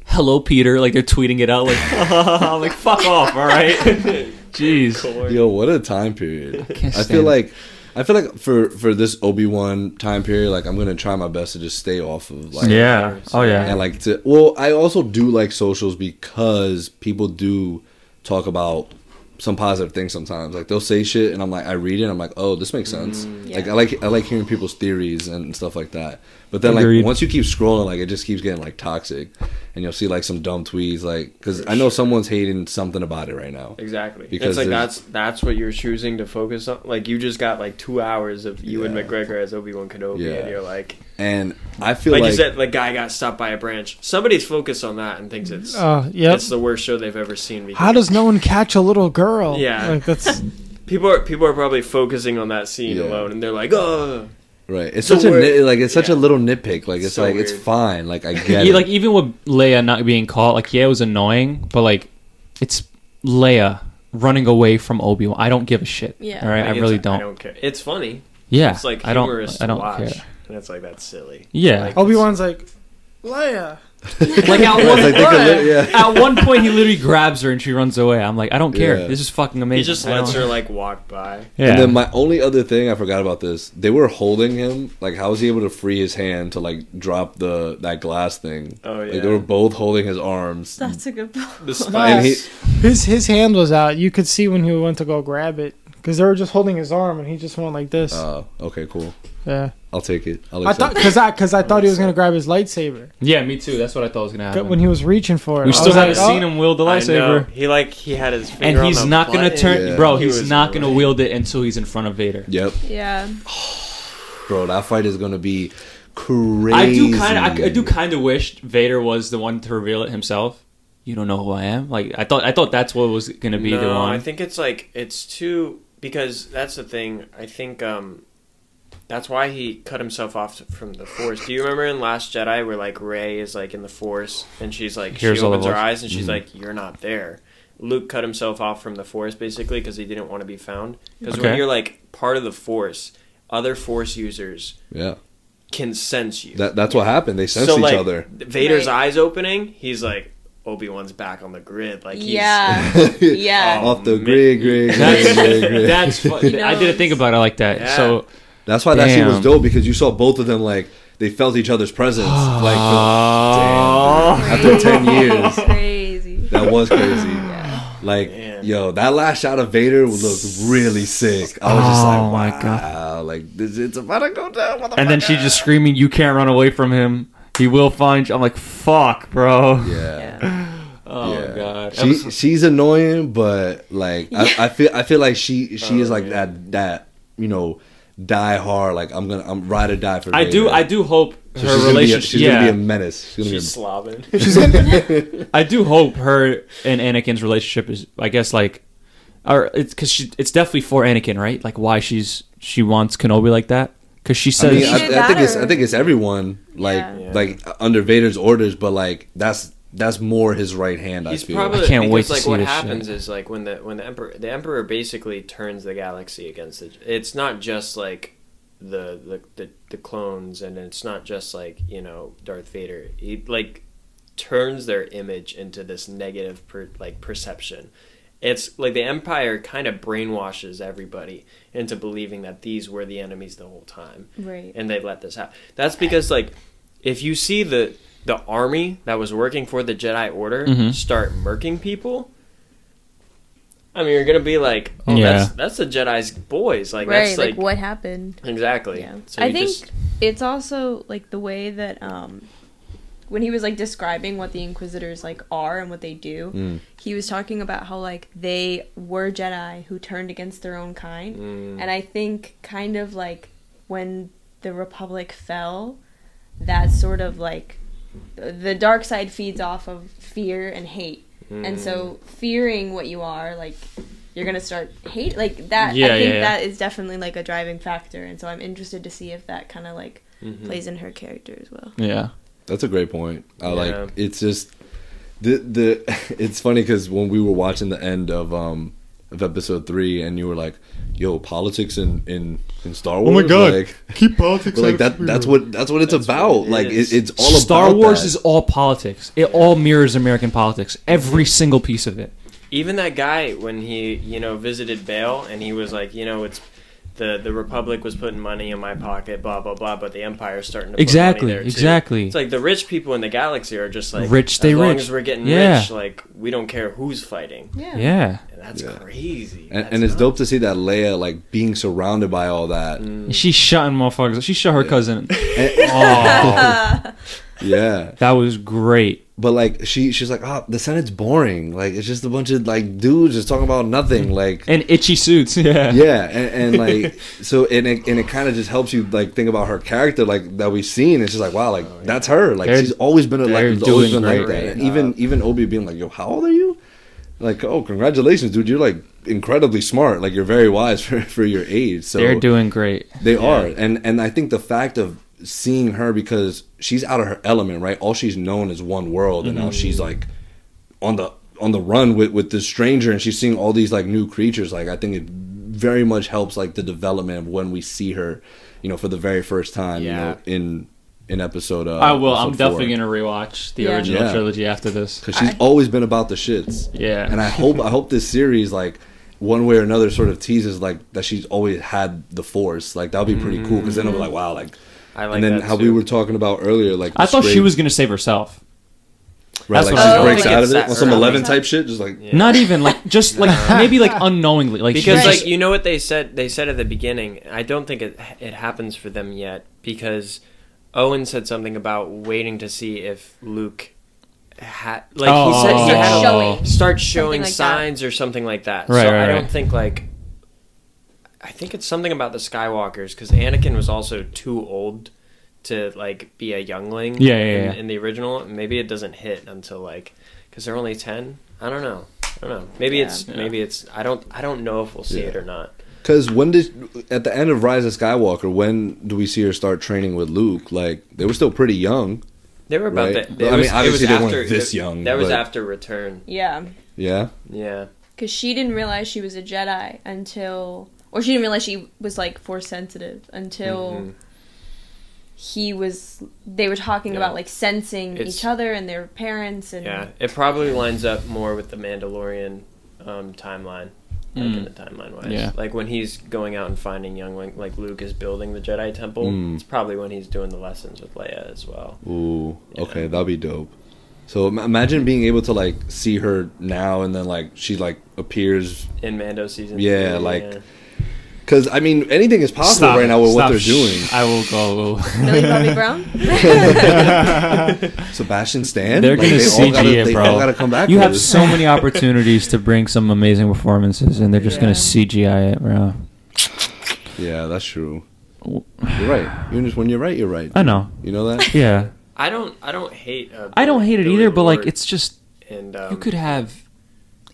"Hello, Peter." Like they're tweeting it out, like, I'm like fuck off, all right? Jeez. yo, what a time period. I, can't feel stand it. like. I feel like for for this Obi Wan time period, like I'm gonna try my best to just stay off of like Yeah. Oh yeah. and like to well i also do like socials because people do talk about some positive things sometimes like they'll say shit and i'm like i read it and i'm like oh this makes Mm-hmm. sense like i like i like hearing people's theories and stuff like that but then like Agreed. once you keep scrolling like it just keeps getting like toxic and you'll see like some dumb tweets, like because I know someone's hating something about it right now. Exactly. Because it's like there's- that's that's what you're choosing to focus on. Like you just got like two hours of you and Yeah. McGregor as Obi Wan Kenobi, Yeah. and you're like, And I feel like, like, you said, the guy got stopped by a branch. Somebody's focused on that and thinks it's Uh, yep. it's the worst show they've ever seen. Because How does no one catch a little girl? Yeah. like that's people are people are probably focusing on that scene Yeah. alone, and they're like, oh, right? It's So such a we're- nit, like it's such yeah. a little nitpick. Like it's So like it's weird. fine. Like I get Yeah, it. like even with Leia not being caught, like yeah, it was annoying, but like it's Leia running away from Obi Wan. I don't give a shit. Yeah. All right, like, I it's- really I don't. don't care. It's funny. Yeah. It's like I don't. humorous I don't to watch, care. and it's like that's silly. Yeah. Like, Obi Wan's like Leia. Like at Yeah, it's one, like they could li- yeah. at one point, he literally grabs her and she runs away. I'm like, I don't care. Yeah. This is fucking amazing. He just I don't- lets her like walk by. Yeah. And then my only other thing I forgot about this. They were holding him. Like how was he able to free his hand to like drop the that glass thing? Oh, yeah. Like they were both holding his arms. That's a good point. The And he, spikes. His his hand was out. You could see when he went to go grab it because they were just holding his arm and he just went like this. oh, okay, cool. yeah, I'll take it. I'll I thought accept because I because I thought he was gonna grab his lightsaber yeah, me too. That's what I thought was gonna happen. when he was reaching for it. we Oh, I still was haven't like, "Oh." seen him wield the I know. lightsaber, He like he had his finger and on he's the not gonna button. turn. Yeah. Bro, He he's was not gonna really- wield it until he's in front of Vader. Yep, Yeah. bro. That fight is gonna be crazy. I do kind of, I, I do kind of wish Vader was the one to reveal it himself. You don't know who I am. Like I thought, I thought that's what was gonna be the one. I think it's like it's too because that's the thing. I think um that's why he cut himself off from the force. Do you remember in Last Jedi where like Ray is like in the force and she's like Here's she all the Mm-hmm. opens her voice. eyes and she's like you're not there. Luke cut himself off from the force basically because he didn't want to be found. Because when Okay. you're like part of the force, other force users Yeah, can sense you. that that's what happened. They sensed so each like other. Vader's Right. eyes opening, he's like Obi Wan's back on the grid. Like he's, Yeah. Yeah. Oh, Off the man. grid, grid, grid, grid, grid. that's. fu- He I didn't think knows. about it like that. Yeah. So That's why that scene was Damn. dope because you saw both of them like they felt each other's presence. like for, damn, dude. after ten years, Crazy. that was crazy. Like Man. yo, that last shot of Vader looked really sick. I was just like, wow, like this, it's about to go down. Oh and then she motherfucker. just screaming, "You can't run away from him. He will find you." I'm like, "Fuck, bro." yeah. Oh Yeah. god. She she's annoying, but like I, I feel I feel like she she Oh, is like that that you know die hard. Like I'm gonna I'm ride or die for. I Vader. do. I do hope So her she's relationship. Gonna be a, she's yeah, gonna be a menace. She's gonna be a- She's slobbing. I do hope her and Anakin's relationship is. I guess like, or it's because she. It's definitely for Anakin, right? Like why she's she wants Kenobi like that because she I, says. mean, Either I, I that think it's or- I think it's everyone like Yeah. like under Vader's orders, but like that's that's more his right hand. He's I feel. probably I can't wait because, to like see what this happens is like when the when the emperor the emperor basically turns the galaxy against it. It's not just like the the, the the clones and it's not just like you know Darth Vader. He like turns their image into this negative per, like perception. It's like the empire kind of brainwashes everybody into believing that these were the enemies the whole time Right. and they let this happen. That's because like if you see the the army that was working for the Jedi Order Mhm. start murking people, I mean you're gonna be like, oh, Yeah. that's that's the Jedi's boys. Like Right. that's Like, like, what happened? exactly. Yeah. So I you think just- it's also like the way that um when he was like describing what the inquisitors like are and what they do, Mm. he was talking about how like they were Jedi who turned against their own kind. Mm. And I think kind of like when the republic fell, that sort of like the- the dark side feeds off of fear and hate. And so Mm. fearing what you are like you're gonna start hate like that. Yeah, I think yeah, yeah. that is definitely like a driving factor, and so I'm interested to see if that kind of like Mm-hmm. plays in her character as well. yeah. That's a great point. I Yeah. like it's just the the it's funny because when we were watching the end of um of episode three and you were like, "Yo, politics in in, in Star Oh Wars." Like, Oh keep politics we're like that that's what that's what it's about. what it like is. it, it's all Star about Wars that. is all politics. It all mirrors American politics. Every single piece of it. even that guy when he you know visited Bail and he was like, you know, it's the the Republic was putting money in my pocket, blah blah blah, but the Empire's starting to put Exactly, money there too. exactly. It's like the rich people in the galaxy are just like Rich stay as long rich. as we're getting Yeah. rich, like we don't care who's fighting. Yeah. Yeah. And that's Yeah. crazy. and, That's and it's nuts. dope to see that Leia like being surrounded by all that. Mm. She shot him motherfuckers. She shot her cousin. And- Oh. yeah. That was great. But like she, she's like, oh, the Senate's boring. Like it's just a bunch of like dudes just talking about nothing. Like And itchy suits. Yeah. yeah, and, and like so, and it, and it kind of just helps you like think about her character like that we've seen. It's just like wow, like that's her. Like Oh, They're- she's always been a, like they're she's always doing been like great that. right And even even Obi being like, yo, how old are you? Like oh, congratulations, dude. You're like incredibly smart. Like you're very wise for for your age. So They're doing great. they are, and and I think the fact of seeing her because she's out of her element, right? All she's known is one world, and now Mm-hmm. she's like on the on the run with with this stranger, and she's seeing all these like new creatures. Like I think it very much helps like the development of when we see her, you know, for the very first time, Yeah. you know, in in episode. Uh, I will. I'm definitely going to rewatch the Yeah. original Yeah. trilogy after this. because she's always been about the shits. Yeah. and I hope I hope this series like one way or another sort of teases like that she's always had the force. Like that would be pretty cool because then I'll be Mm-hmm. like, wow, like. I like and then that how too. we were talking about earlier, like I the thought she straight- was going to save herself. right, that's like what she I breaks think out it's of it that on some early. eleven type shit, just like Yeah. Not even like just like maybe like unknowingly like she because was like just- you know what they said they said at the beginning i don't think it it happens for them yet because owen said something about waiting to see if luke had like he said he Oh. had a- Showing. start showing like that. signs or something like that Right, so right, i don't right. think like i think it's something about the skywalkers because anakin was also too old to like be a youngling Yeah, yeah, yeah. In, in the original maybe it doesn't hit until like because they're only 10 i don't know i don't know maybe Yeah. it's maybe it's i don't i don't know if we'll see it or not because when did at the end of Rise of Skywalker, when do we see her start training with Luke? Like they were still pretty young, They were about Right. that. Well, I mean, obviously they weren't this young, That was but- after Return. Yeah, yeah. Yeah. because she didn't realize she was a Jedi until, or she didn't realize she was like force sensitive until Mhm. he was. They were talking Yeah. about like sensing It's- each other and their parents and Yeah. It probably lines up more with the Mandalorian um, timeline. Like in the timeline wise. Yeah. Like when he's going out and finding youngling like Luke is building the Jedi Temple. Mm. It's probably when he's doing the lessons with Leia as well. Ooh, okay, Yeah. that'd be dope. So im- imagine being able to like see her now and then like she like appears In Mando season Yeah, three, like- because I mean anything is possible Stop right now it, with stop. what they're Shh, doing. I will go. Millie Bobby Brown. Sebastian Stan, They're gonna all CG gotta, it, they bro. all gotta come back. You for have this. so many opportunities to bring some amazing performances, and they're just Yeah. gonna CGI it, bro. yeah, that's true. You're right. You're just when you're right, you're right. I know. You know that. Yeah, I don't I don't hate uh, I don't hate it Billy either, but like Lord it's just and um, you could have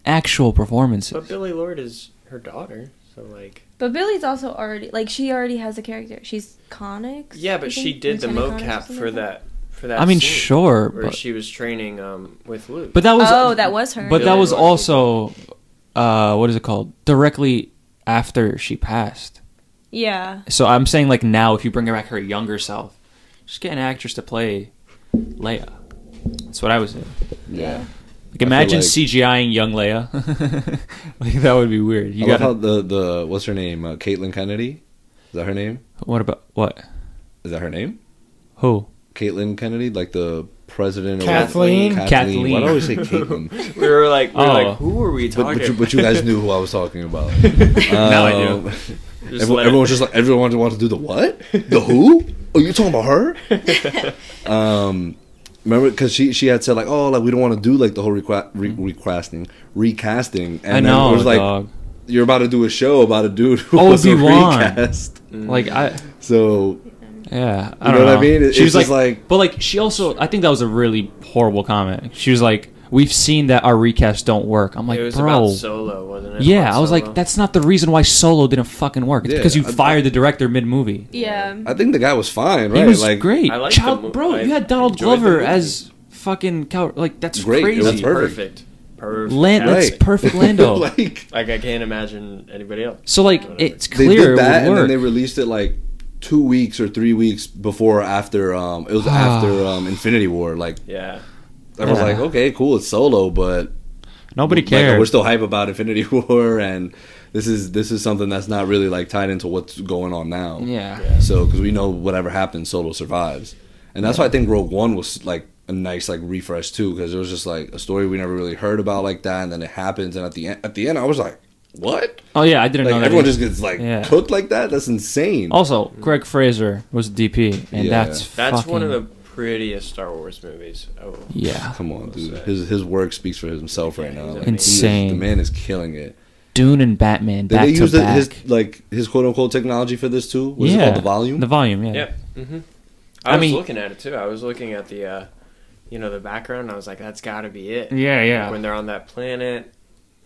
actual performances. But Billy Lord is her daughter, so like But Billy's also already like she already has a character. She's Connix. Yeah, I but she think, did the Lieutenant Connix or mocap something for like that for that I mean, scene sure, where but, she was training um with Luke. but that was Oh, that was her. But that Billy was Lord. also uh, what is it called? Directly after she passed. Yeah. So I'm saying like now, if you bring back her younger self, just get an actress to play Leia. That's what I was. Saying. Yeah. Like imagine like- CGIing young Leia. like that would be weird. You I love got how to the the what's her name? Uh, Caitlin Kennedy. Is that her name? what about what? Is that her name? Who? Caitlin Kennedy, like the president. Kathleen? Or Kathleen. Kathleen. Why do I always say Caitlin? we were like, we were Oh. like, who are we but, talking? but, you, but you guys knew who I was talking about. Now I do. Um, Just Everyone, let everyone it- was just like everyone wanted, wanted to do the what? The who? Oh, you talking about her? um, remember because she she had said like oh like we don't want to do like the whole requa- re- requesting recasting. And Mm. I then know. it was like dog. Oh, you're about to do a show about a dude who was a Obi-Wan. recast. Like I. So Yeah. I don't You know know what I mean? It- she was it's like, just like- But like she also, I think that was a really horrible comment. She was like, "We've seen that our recasts don't work." I'm like, it was bro. about Solo, wasn't it? yeah, About I was Solo. like, that's not the reason why Solo didn't fucking work. It's Yeah, because you I- fired the director mid movie. Yeah. I think the guy was fine, He right? was like great. I liked Child, the mo- bro, I you had Donald enjoyed the Glover movie. as fucking cow. Like that's Great, it crazy. was perfect. perfect. Perfect. Lan- that's Right. perfect Lando. like like I can't imagine anybody else. so like Whatever. it's they clear it did would that, and then work. they released it like two weeks or three weeks before or after. Um, it was after um, Infinity War. Like Yeah. I was Ah. Yeah. like, okay, cool, it's solo, but Nobody like, we're cares. still hype about Infinity War, and this is this is something that's not really like tied into what's going on now. yeah. So because we know whatever happens, Solo survives, and that's why I think Rogue One was like a nice like refresh too, because it was just like a story we never really heard about like that, and then it happens, and at the end, at the end, I was like, what? Oh yeah, I didn't Like know that. everyone either. just gets like Yeah. cooked like that? That's insane. also, Greg Fraser was DP, and Yeah. that's That's fucking one of the prettiest Star Wars movies. Oh, Yeah. Come on, dude. His his work speaks for himself right now. he's Like, amazing. he is- The Insane. man is killing it. Dune and Batman Did back they to use the, back. his like his quote unquote technology for this too? Was it called the volume? The volume, yeah. Yep. hmm I I, was mean- looking at it too. I was looking at the, uh, you know, the background. And I was like, that's got to be it. Yeah, yeah. When they're on that planet,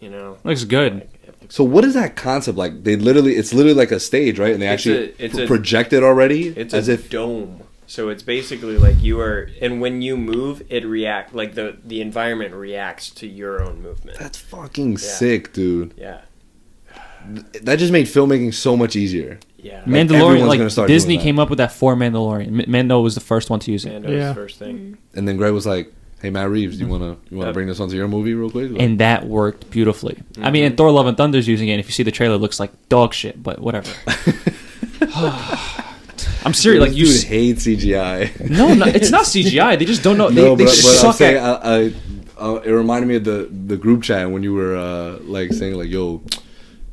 you know. Looks good. Like, it looks, so what is that concept like? They literally, it's literally like a stage, right? And they It's actually a- it's pro- a- project it already it's as a if dome. So it's basically like you are, and when you move, it react like the the environment reacts to your own movement. that's fucking sick, dude. Yeah, That just made filmmaking so much easier. yeah. Man- Mandalorian, everyone's gonna like start Disney doing that. came up with that for Mandalorian. M- Mando was the first one to use it, Mando's Yeah. first thing. And then Greg was like, "Hey, Matt Reeves, you wanna you wanna bring this onto your movie real quick?" Like, and that worked beautifully. I mean, Mm-hmm. and Thor: Love and Thunder's using it. And if you see the trailer, it looks like dog shit, but whatever. I'm serious. Like this you, dude s- hate CGI. no, no, it's not CGI. They just don't know. They, no, they but, just but I'm suck saying, at. I, I, uh, it reminded me of the the group chat when you were uh, like saying like, "Yo,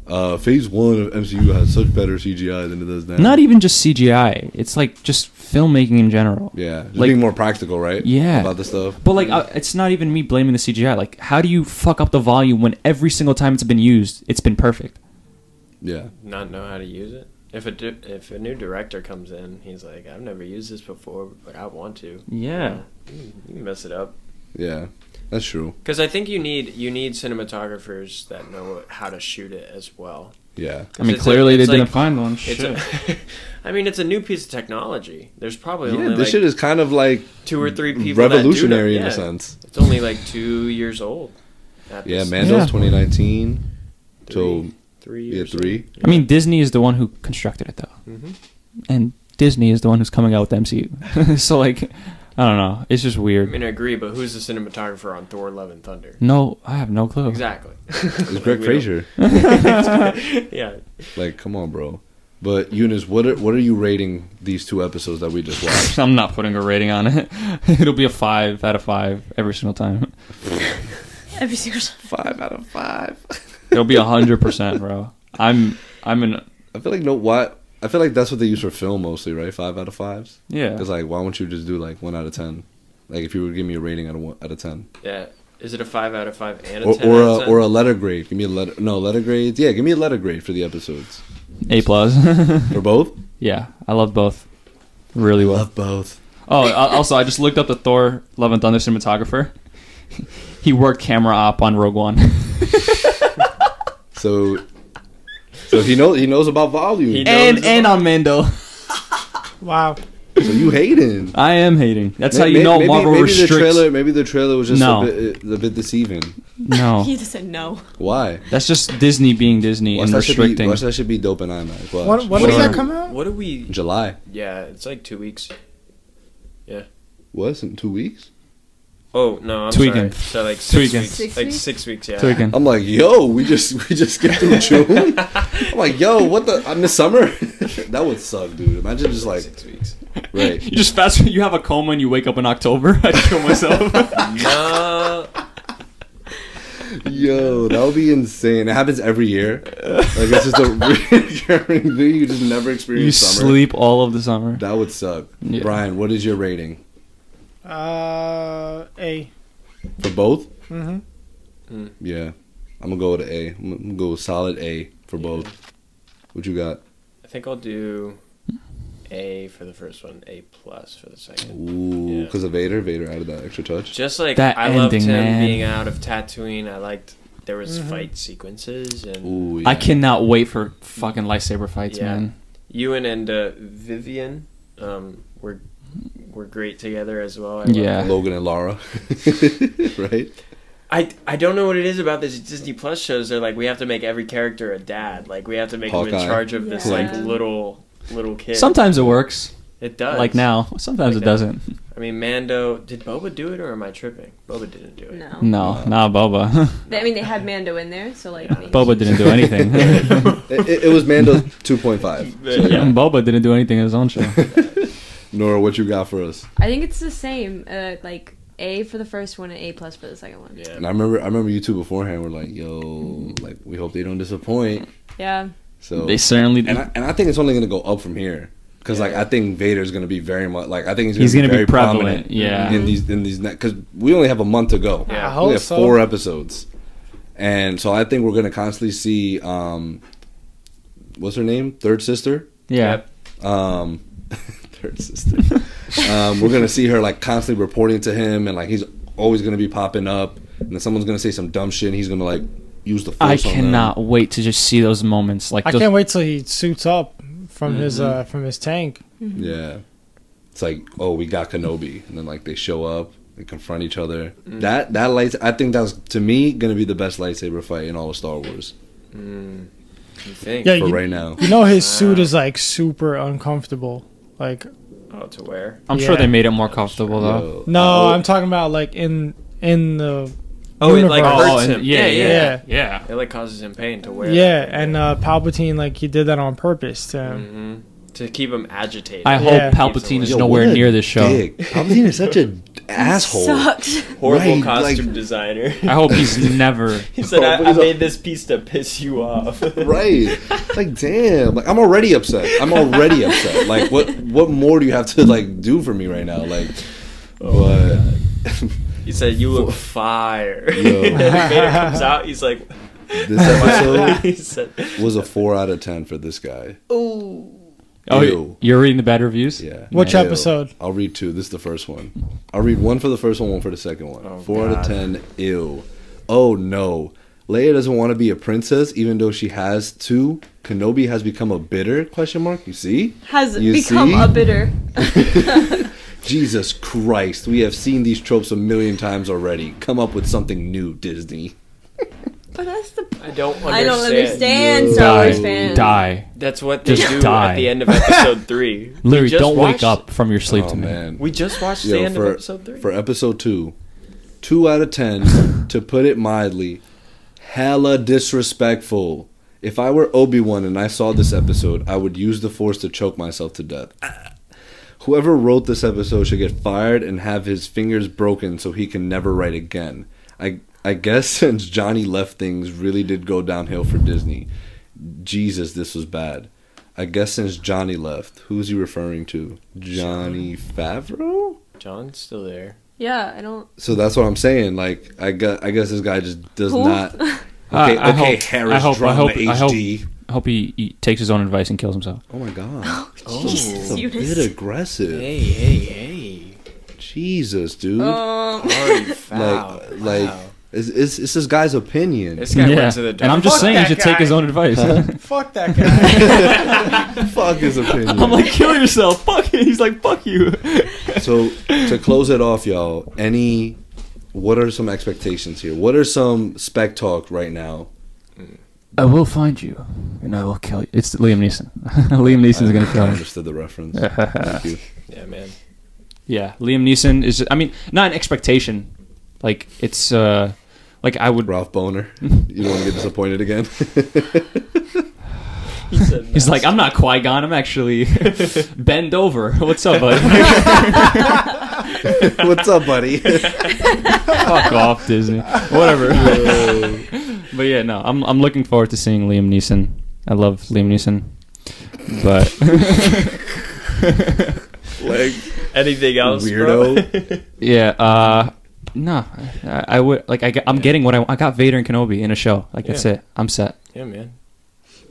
uh, Phase One of MCU has such better CGI than it does now." Not e even just CGI. It's like just filmmaking in general. Yeah, just Like- being more practical, right? Yeah. about the stuff. But Mm. like, I, it's not even me blaming the CGI. Like, how do you fuck up the volume when every single time it's been used, it's been perfect? Yeah, Not know how to use it. If a di- if a new director comes in, he's like, I've never used this before, but I want to. Yeah. You can mess it up. yeah, that's true. Because I think you need you need cinematographers that know how to shoot it as well. Yeah, 'Cause it's a- it's like- find one. It's a, I mean, it's a new piece of technology. There's probably yeah. only This like shit is kind of like two or three people revolutionary that do in a that. Yeah. sense. It's only like two years old. at Yeah, this- Mando's Yeah. 2019. So Three yeah, years. three. I mean, Disney is the one who constructed it, though, Mhm. and Disney is the one who's coming out with the MCU. so like, I don't know. It's just I weird. mean, I agree, but who's the cinematographer on Thor: Love and Thunder? No, I have no clue. Exactly. It's Greg Fraser. yeah. Like, come on, bro. But Eunice, what are what are you rating these two episodes that we just watched? I'm not putting a rating on it. It'll be a five out of five every single time. Every single time. five out of five. It'll be a hundred percent, bro. I'm, I'm in. I feel like no. Why? I feel like that's what they use for film mostly, right? Five out of fives. Yeah. It's like, why won't you just do like one out of ten? Like, if you would give me a rating out of one out of ten, Yeah. Is it a five out of five and a or ten or out of a, 10? or a letter grade. Give me a letter. No letter grades. Yeah, give me a letter grade for the episodes A plus. for both. yeah, I love both. Really well. both. Oh, al- also, I just looked up the Thor Love and Thunder cinematographer. He worked camera op on Rogue One. So, so he knows he knows about volume. He knows. and and on Mando. Wow. So you hating? I am hating. That's how you May- know maybe- Marvel maybe restricts. The trailer, maybe the trailer was just No. a, bit, uh, a bit deceiving. No, He just said no. Why? that's just Disney being Disney Watch and that, should be, restricting. watch that should be dope in IMAX. Watch. When, when does Sure. that come out? What do we? July. Yeah, it's like two weeks. What? In two weeks? Oh no, I'm Tweaking. sorry. So like six Tweaking. weeks. Six like weeks? six weeks. Yeah. Tweaking. I'm like, yo, we just we just skipped through June. I'm like, yo, what the? I miss summer. that would suck, dude. Imagine just like, Six weeks. right? You just fast. You have a coma and you wake up in October. I kill myself. No. Yo, that would be insane. It happens every year. Like it's just a recurring thing. You just never experience you summer. sleep all of the summer. That would suck. Yeah. Brian, what is your rating Uh, A. for both? Mm-hmm. Yeah, I'm gonna go with A. I'm gonna go with solid A for both. What you got? I think I'll do A for the first one, A plus for the second. Ooh, Yeah. because of Vader. Vader added that extra touch. Just like That I loved ending, him man. being out of Tatooine. I liked there was Mm-hmm. fight sequences and Ooh, I yeah. cannot wait for fucking lightsaber fights, Yeah. man. Ewan and uh, Vivian um, were were great together as well. I love- Yeah. Logan and Lara, right? I, I don't know what it is about these Disney Plus shows. They're like we have to make every character a dad. Like we have to make him Hawkeye. in charge of this like Yeah. little little kid. Sometimes it works, it does. like now. Sometimes Like it now. doesn't. I mean, Mando. Did Boba do it or am I tripping? Boba didn't do it. No. Uh, No, nah, Boba. They- I mean, they had Mando in there, so like. maybe Boba he- didn't do anything. It, it- it was Mando 2.5. But, yeah. Boba didn't do anything in his own show. Nora, what you got for us? I think it's the same. Uh, like A for the first one and A plus for the second one. Yeah. And I remember, I remember you two beforehand were like, "Yo, like we hope they don't disappoint." Yeah. So, They certainly and did. I, and I think it's only gonna go up from here because like I think Vader's gonna be very much like I think he's gonna He's be gonna be very prevalent, prominent, yeah. in these in these because we only have a month to go. Yeah. I we only hope have so. four episodes, and so I think we're gonna constantly see um, what's her name, third sister, Yeah. Yep. um, third sister. um, we're gonna see her like constantly reporting to him, and like he's always gonna be popping up, and then someone's gonna say some dumb shit, and he's gonna like use the. Force I on them. cannot wait to just see those moments. Like I those, can't wait till he suits up from Mm-hmm. his uh from his tank. Yeah. It's like, oh, we got Kenobi, and then like they show up, they confront each other. Mm. That that lights. I think that's to me gonna be the best lightsaber fight in all of Star Wars You think? Yeah, for you, right now. you know his suit is like super uncomfortable. Like Oh, to where? I'm sure Yeah. they made it more comfortable though. Yo, no, I- I'm talking about like in in the Oh, it like Universe. hurts Oh, and- him. yeah, yeah, yeah, yeah. It like causes him pain to wear. yeah, that. and uh Palpatine like he did that on purpose to him. Mhm. to keep him agitated. I hope Yeah. Palpatine is Yo, nowhere what a near this show. dick. Palpatine is such an asshole. Sucks. horrible Right, costume like- designer. I hope he's never. he said, Oh, but I, "I he's a- made this piece to piss you off." Right. Like damn. Like I'm already upset. I'm already upset. Like what what more do you have to like do for me right now? Like but He said, "You look fire." Yo. and Vader comes out. He's like, this episode he said, was a four out of ten for this guy. Oh, Ew. you're reading the bad reviews. Yeah. Which Ew. episode? I'll read two. This is the first one. I'll read one for the first one, one for the second one. Four out of ten. Ew. Oh no. Leia doesn't want to be a princess, even though she has two. Kenobi has become a bitter question mark. You see? Has You become see? a bitter. Jesus Christ, we have seen these tropes a million times already. Come up with something new, Disney. But that's the. "I don't understand." I don't understand Star Die, Wars fans. die. That's what they Just do die. at the end of episode three. We Literally, just don't wake watched- up from your sleep Oh to me. man. We just watched the Yo, end of for, episode three. for episode two, two out of ten, to put it mildly, hella disrespectful. If I were Obi Wan and I saw this episode, I would use the force to choke myself to death. Whoever wrote this episode should get fired and have his fingers broken so he can never write again. I I guess since Johnny left things really did go downhill for Disney. Jesus, this was bad. I guess since Johnny left, who's he referring to? Johnny Favreau? John's still there. Yeah, I don't. So that's what I'm saying. Like, I guess, I guess this guy just does Who? not. Okay, I- I okay, hope- Harris I hope- I drama hope- I hope- HD. I hope he, he takes his own advice and kills himself. Oh my god, Jesus, it's a Eunice. bit aggressive. Hey, hey, hey! Jesus, dude. Oh. Um, Already foul. like, like, it's, it's, it's this guy's opinion. This guy went to the and I'm just Fuck saying he that should guy. take his own advice. Fuck that guy. Fuck his opinion. kill yourself. Fuck it. He's like, fuck you. so to close it off, y'all. Any, what are some expectations here? What are some spec talk right now? I will find you, and I will kill you. It's Liam Neeson. Liam Neeson's gonna kill I him. understood the reference. Thank you. Yeah, man. Yeah, Liam Neeson is. I mean, not an expectation. Like it's. uh Like I would. Ralph Boner. You don't want to get disappointed again. He said, He's like, I'm not Qui Gon. I'm actually bend over. What's up, buddy? What's up, buddy? Fuck off, Disney. Whatever. but yeah, no, I'm I'm looking forward to seeing Liam Neeson. I love Liam Neeson, but like anything else, bro? weirdo. yeah, uh, no, I, I would like I, am getting what I I got Vader and Kenobi in a show. Like that's Yeah. it. I'm set. Yeah, man.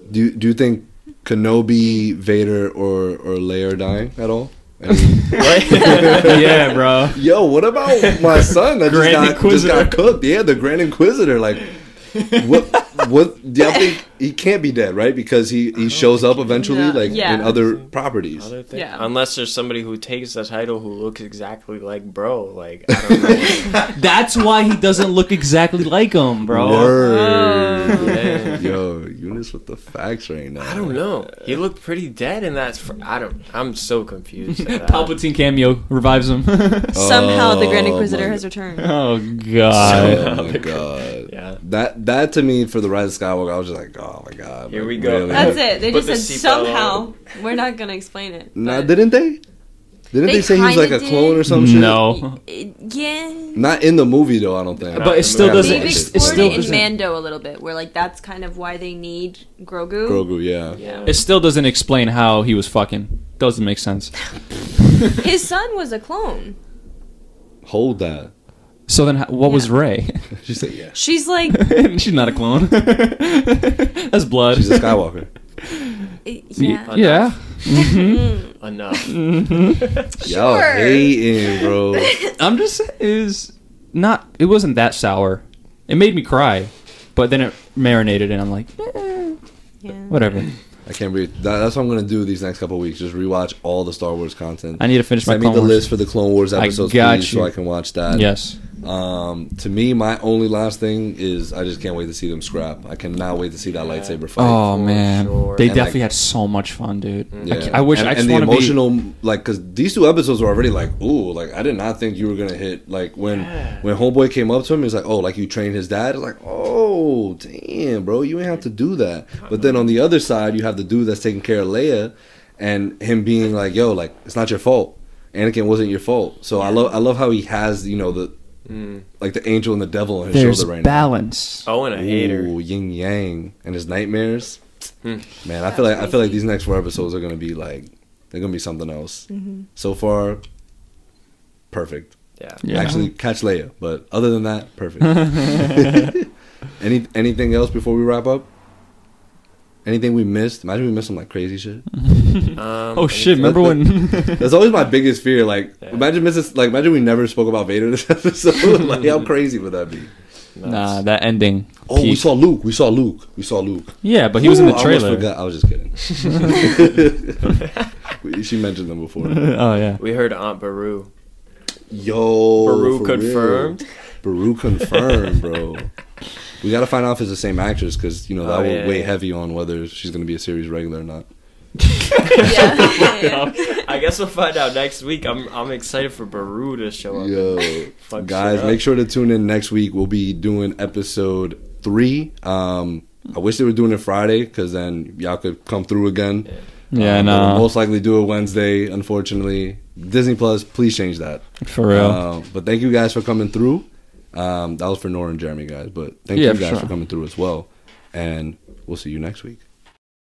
do do you think Kenobi, Vader, or or Leia are dying at all? I mean, yeah, bro. yo, what about my son that just Grand got, just Inquisitor. got cooked? Yeah, the Grand Inquisitor. Like, what? What? Y'all think he can't be dead, right? Because he he shows up eventually, No, like yeah. in other properties. Other thing. Yeah. Unless there's somebody who takes the title who looks exactly like bro, like I don't know. That's why he doesn't look exactly like him, bro. Word. Yeah. Yo, Eunice with the facts right now. I don't know. He looked pretty dead in that. Fr- I don't. I'm so confused. at that. Palpatine cameo revives him. somehow the Grand Oh, Inquisitor my has returned. oh Oh Uh, god. my god. Yeah. That that to me for the Rise of Skywalker, I was just like, oh my god. Here like, we go. That's it. They Put just the said seatbelt somehow. on. We're not gonna explain it. No, but didn't they? Didn't they, They say he was like kinda a clone did. or some oh, shit? No. It- yeah. Not in the movie though, I don't think. But it still Yeah, doesn't. They've it's- It, explored it still it in doesn't. Mando a little bit, where like that's kind of why they need Grogu. Grogu, yeah. Yeah. it still doesn't explain how he was fucking. Doesn't make sense. His son was a clone. Hold that. So then, h- what was Yeah. Ray? She said, yeah. She's like, She's not a clone. That's blood. She's a Skywalker. eh, yeah. Yeah. Enough. Y'all Sure. hating, bro. I'm just saying, is not. It wasn't that sour. It made me cry, but then it marinated, and I'm like, eh, yeah. whatever. I can't breathe. That, that's what I'm gonna do these next couple weeks. Just rewatch all the Star Wars content. I need to finish my Send me Clone the Wars. list for the Clone Wars I episodes, got please, you. so I can watch that. Yes. Um, to me, my only last thing is I just can't wait to see them scrap. I cannot wait to see that lightsaber fight. Oh for man, sure. they And, definitely like- had Mm. so much fun, dude. I Yeah. ca- I, wish and, I just and the want to be. emotional like because these two episodes were already like ooh like I did not think you were gonna hit like when when homeboy came up to him he's like oh like you trained his dad It's like oh damn bro you ain't have to do that but then on the other side you have the dude that's taking care of Leia and him being like yo like it's not your fault Anakin wasn't your fault so I love I love how he has you know the like the angel and the devil on his There's shoulder right now. balance. Oh, and I hate her. Ooh, yin yang and his nightmares. Hmm. Man, I feel like I feel like these next four episodes are gonna be like they're gonna be something else. So far, perfect. Yeah. Yeah. Actually, catch Leia, but other than that, perfect. Any anything else before we wrap up? Anything we missed? Imagine we missed some like crazy shit. Um, Oh shit! anything- Remember when? That's always my biggest fear. Like, Yeah. imagine missing, like imagine we never spoke about Vader this episode. like, how crazy would that be? nah, that ending. Oh, we peak. saw Luke. We saw Luke. We saw Luke. Yeah, but he was in Ooh, the I almost trailer. forgot. I, was just kidding. she mentioned them before. oh yeah. We heard Aunt Baru. Yo, Baru Oh, for confirmed. Real. Baru confirmed, bro. We gotta find out if it's the same actress because you know that Oh, will yeah, weigh yeah. heavy on whether she's gonna be a series regular or not. yeah. yeah. I guess we'll find out next week. I'm I'm excited for Baru to show up. Yo, Fuck guys, shit make up. sure to tune in next week. We'll be doing episode three. Um, I wish they were doing it Friday because then y'all could come through again. Yeah, Um, no. we'll most likely do it Wednesday, unfortunately. Disney Plus, please change that. For real. Uh, but thank you guys for coming through. Um, that was for Nora and Jeremy, guys. But thank Yeah, you for guys sure. for coming through as well. And we'll see you next week.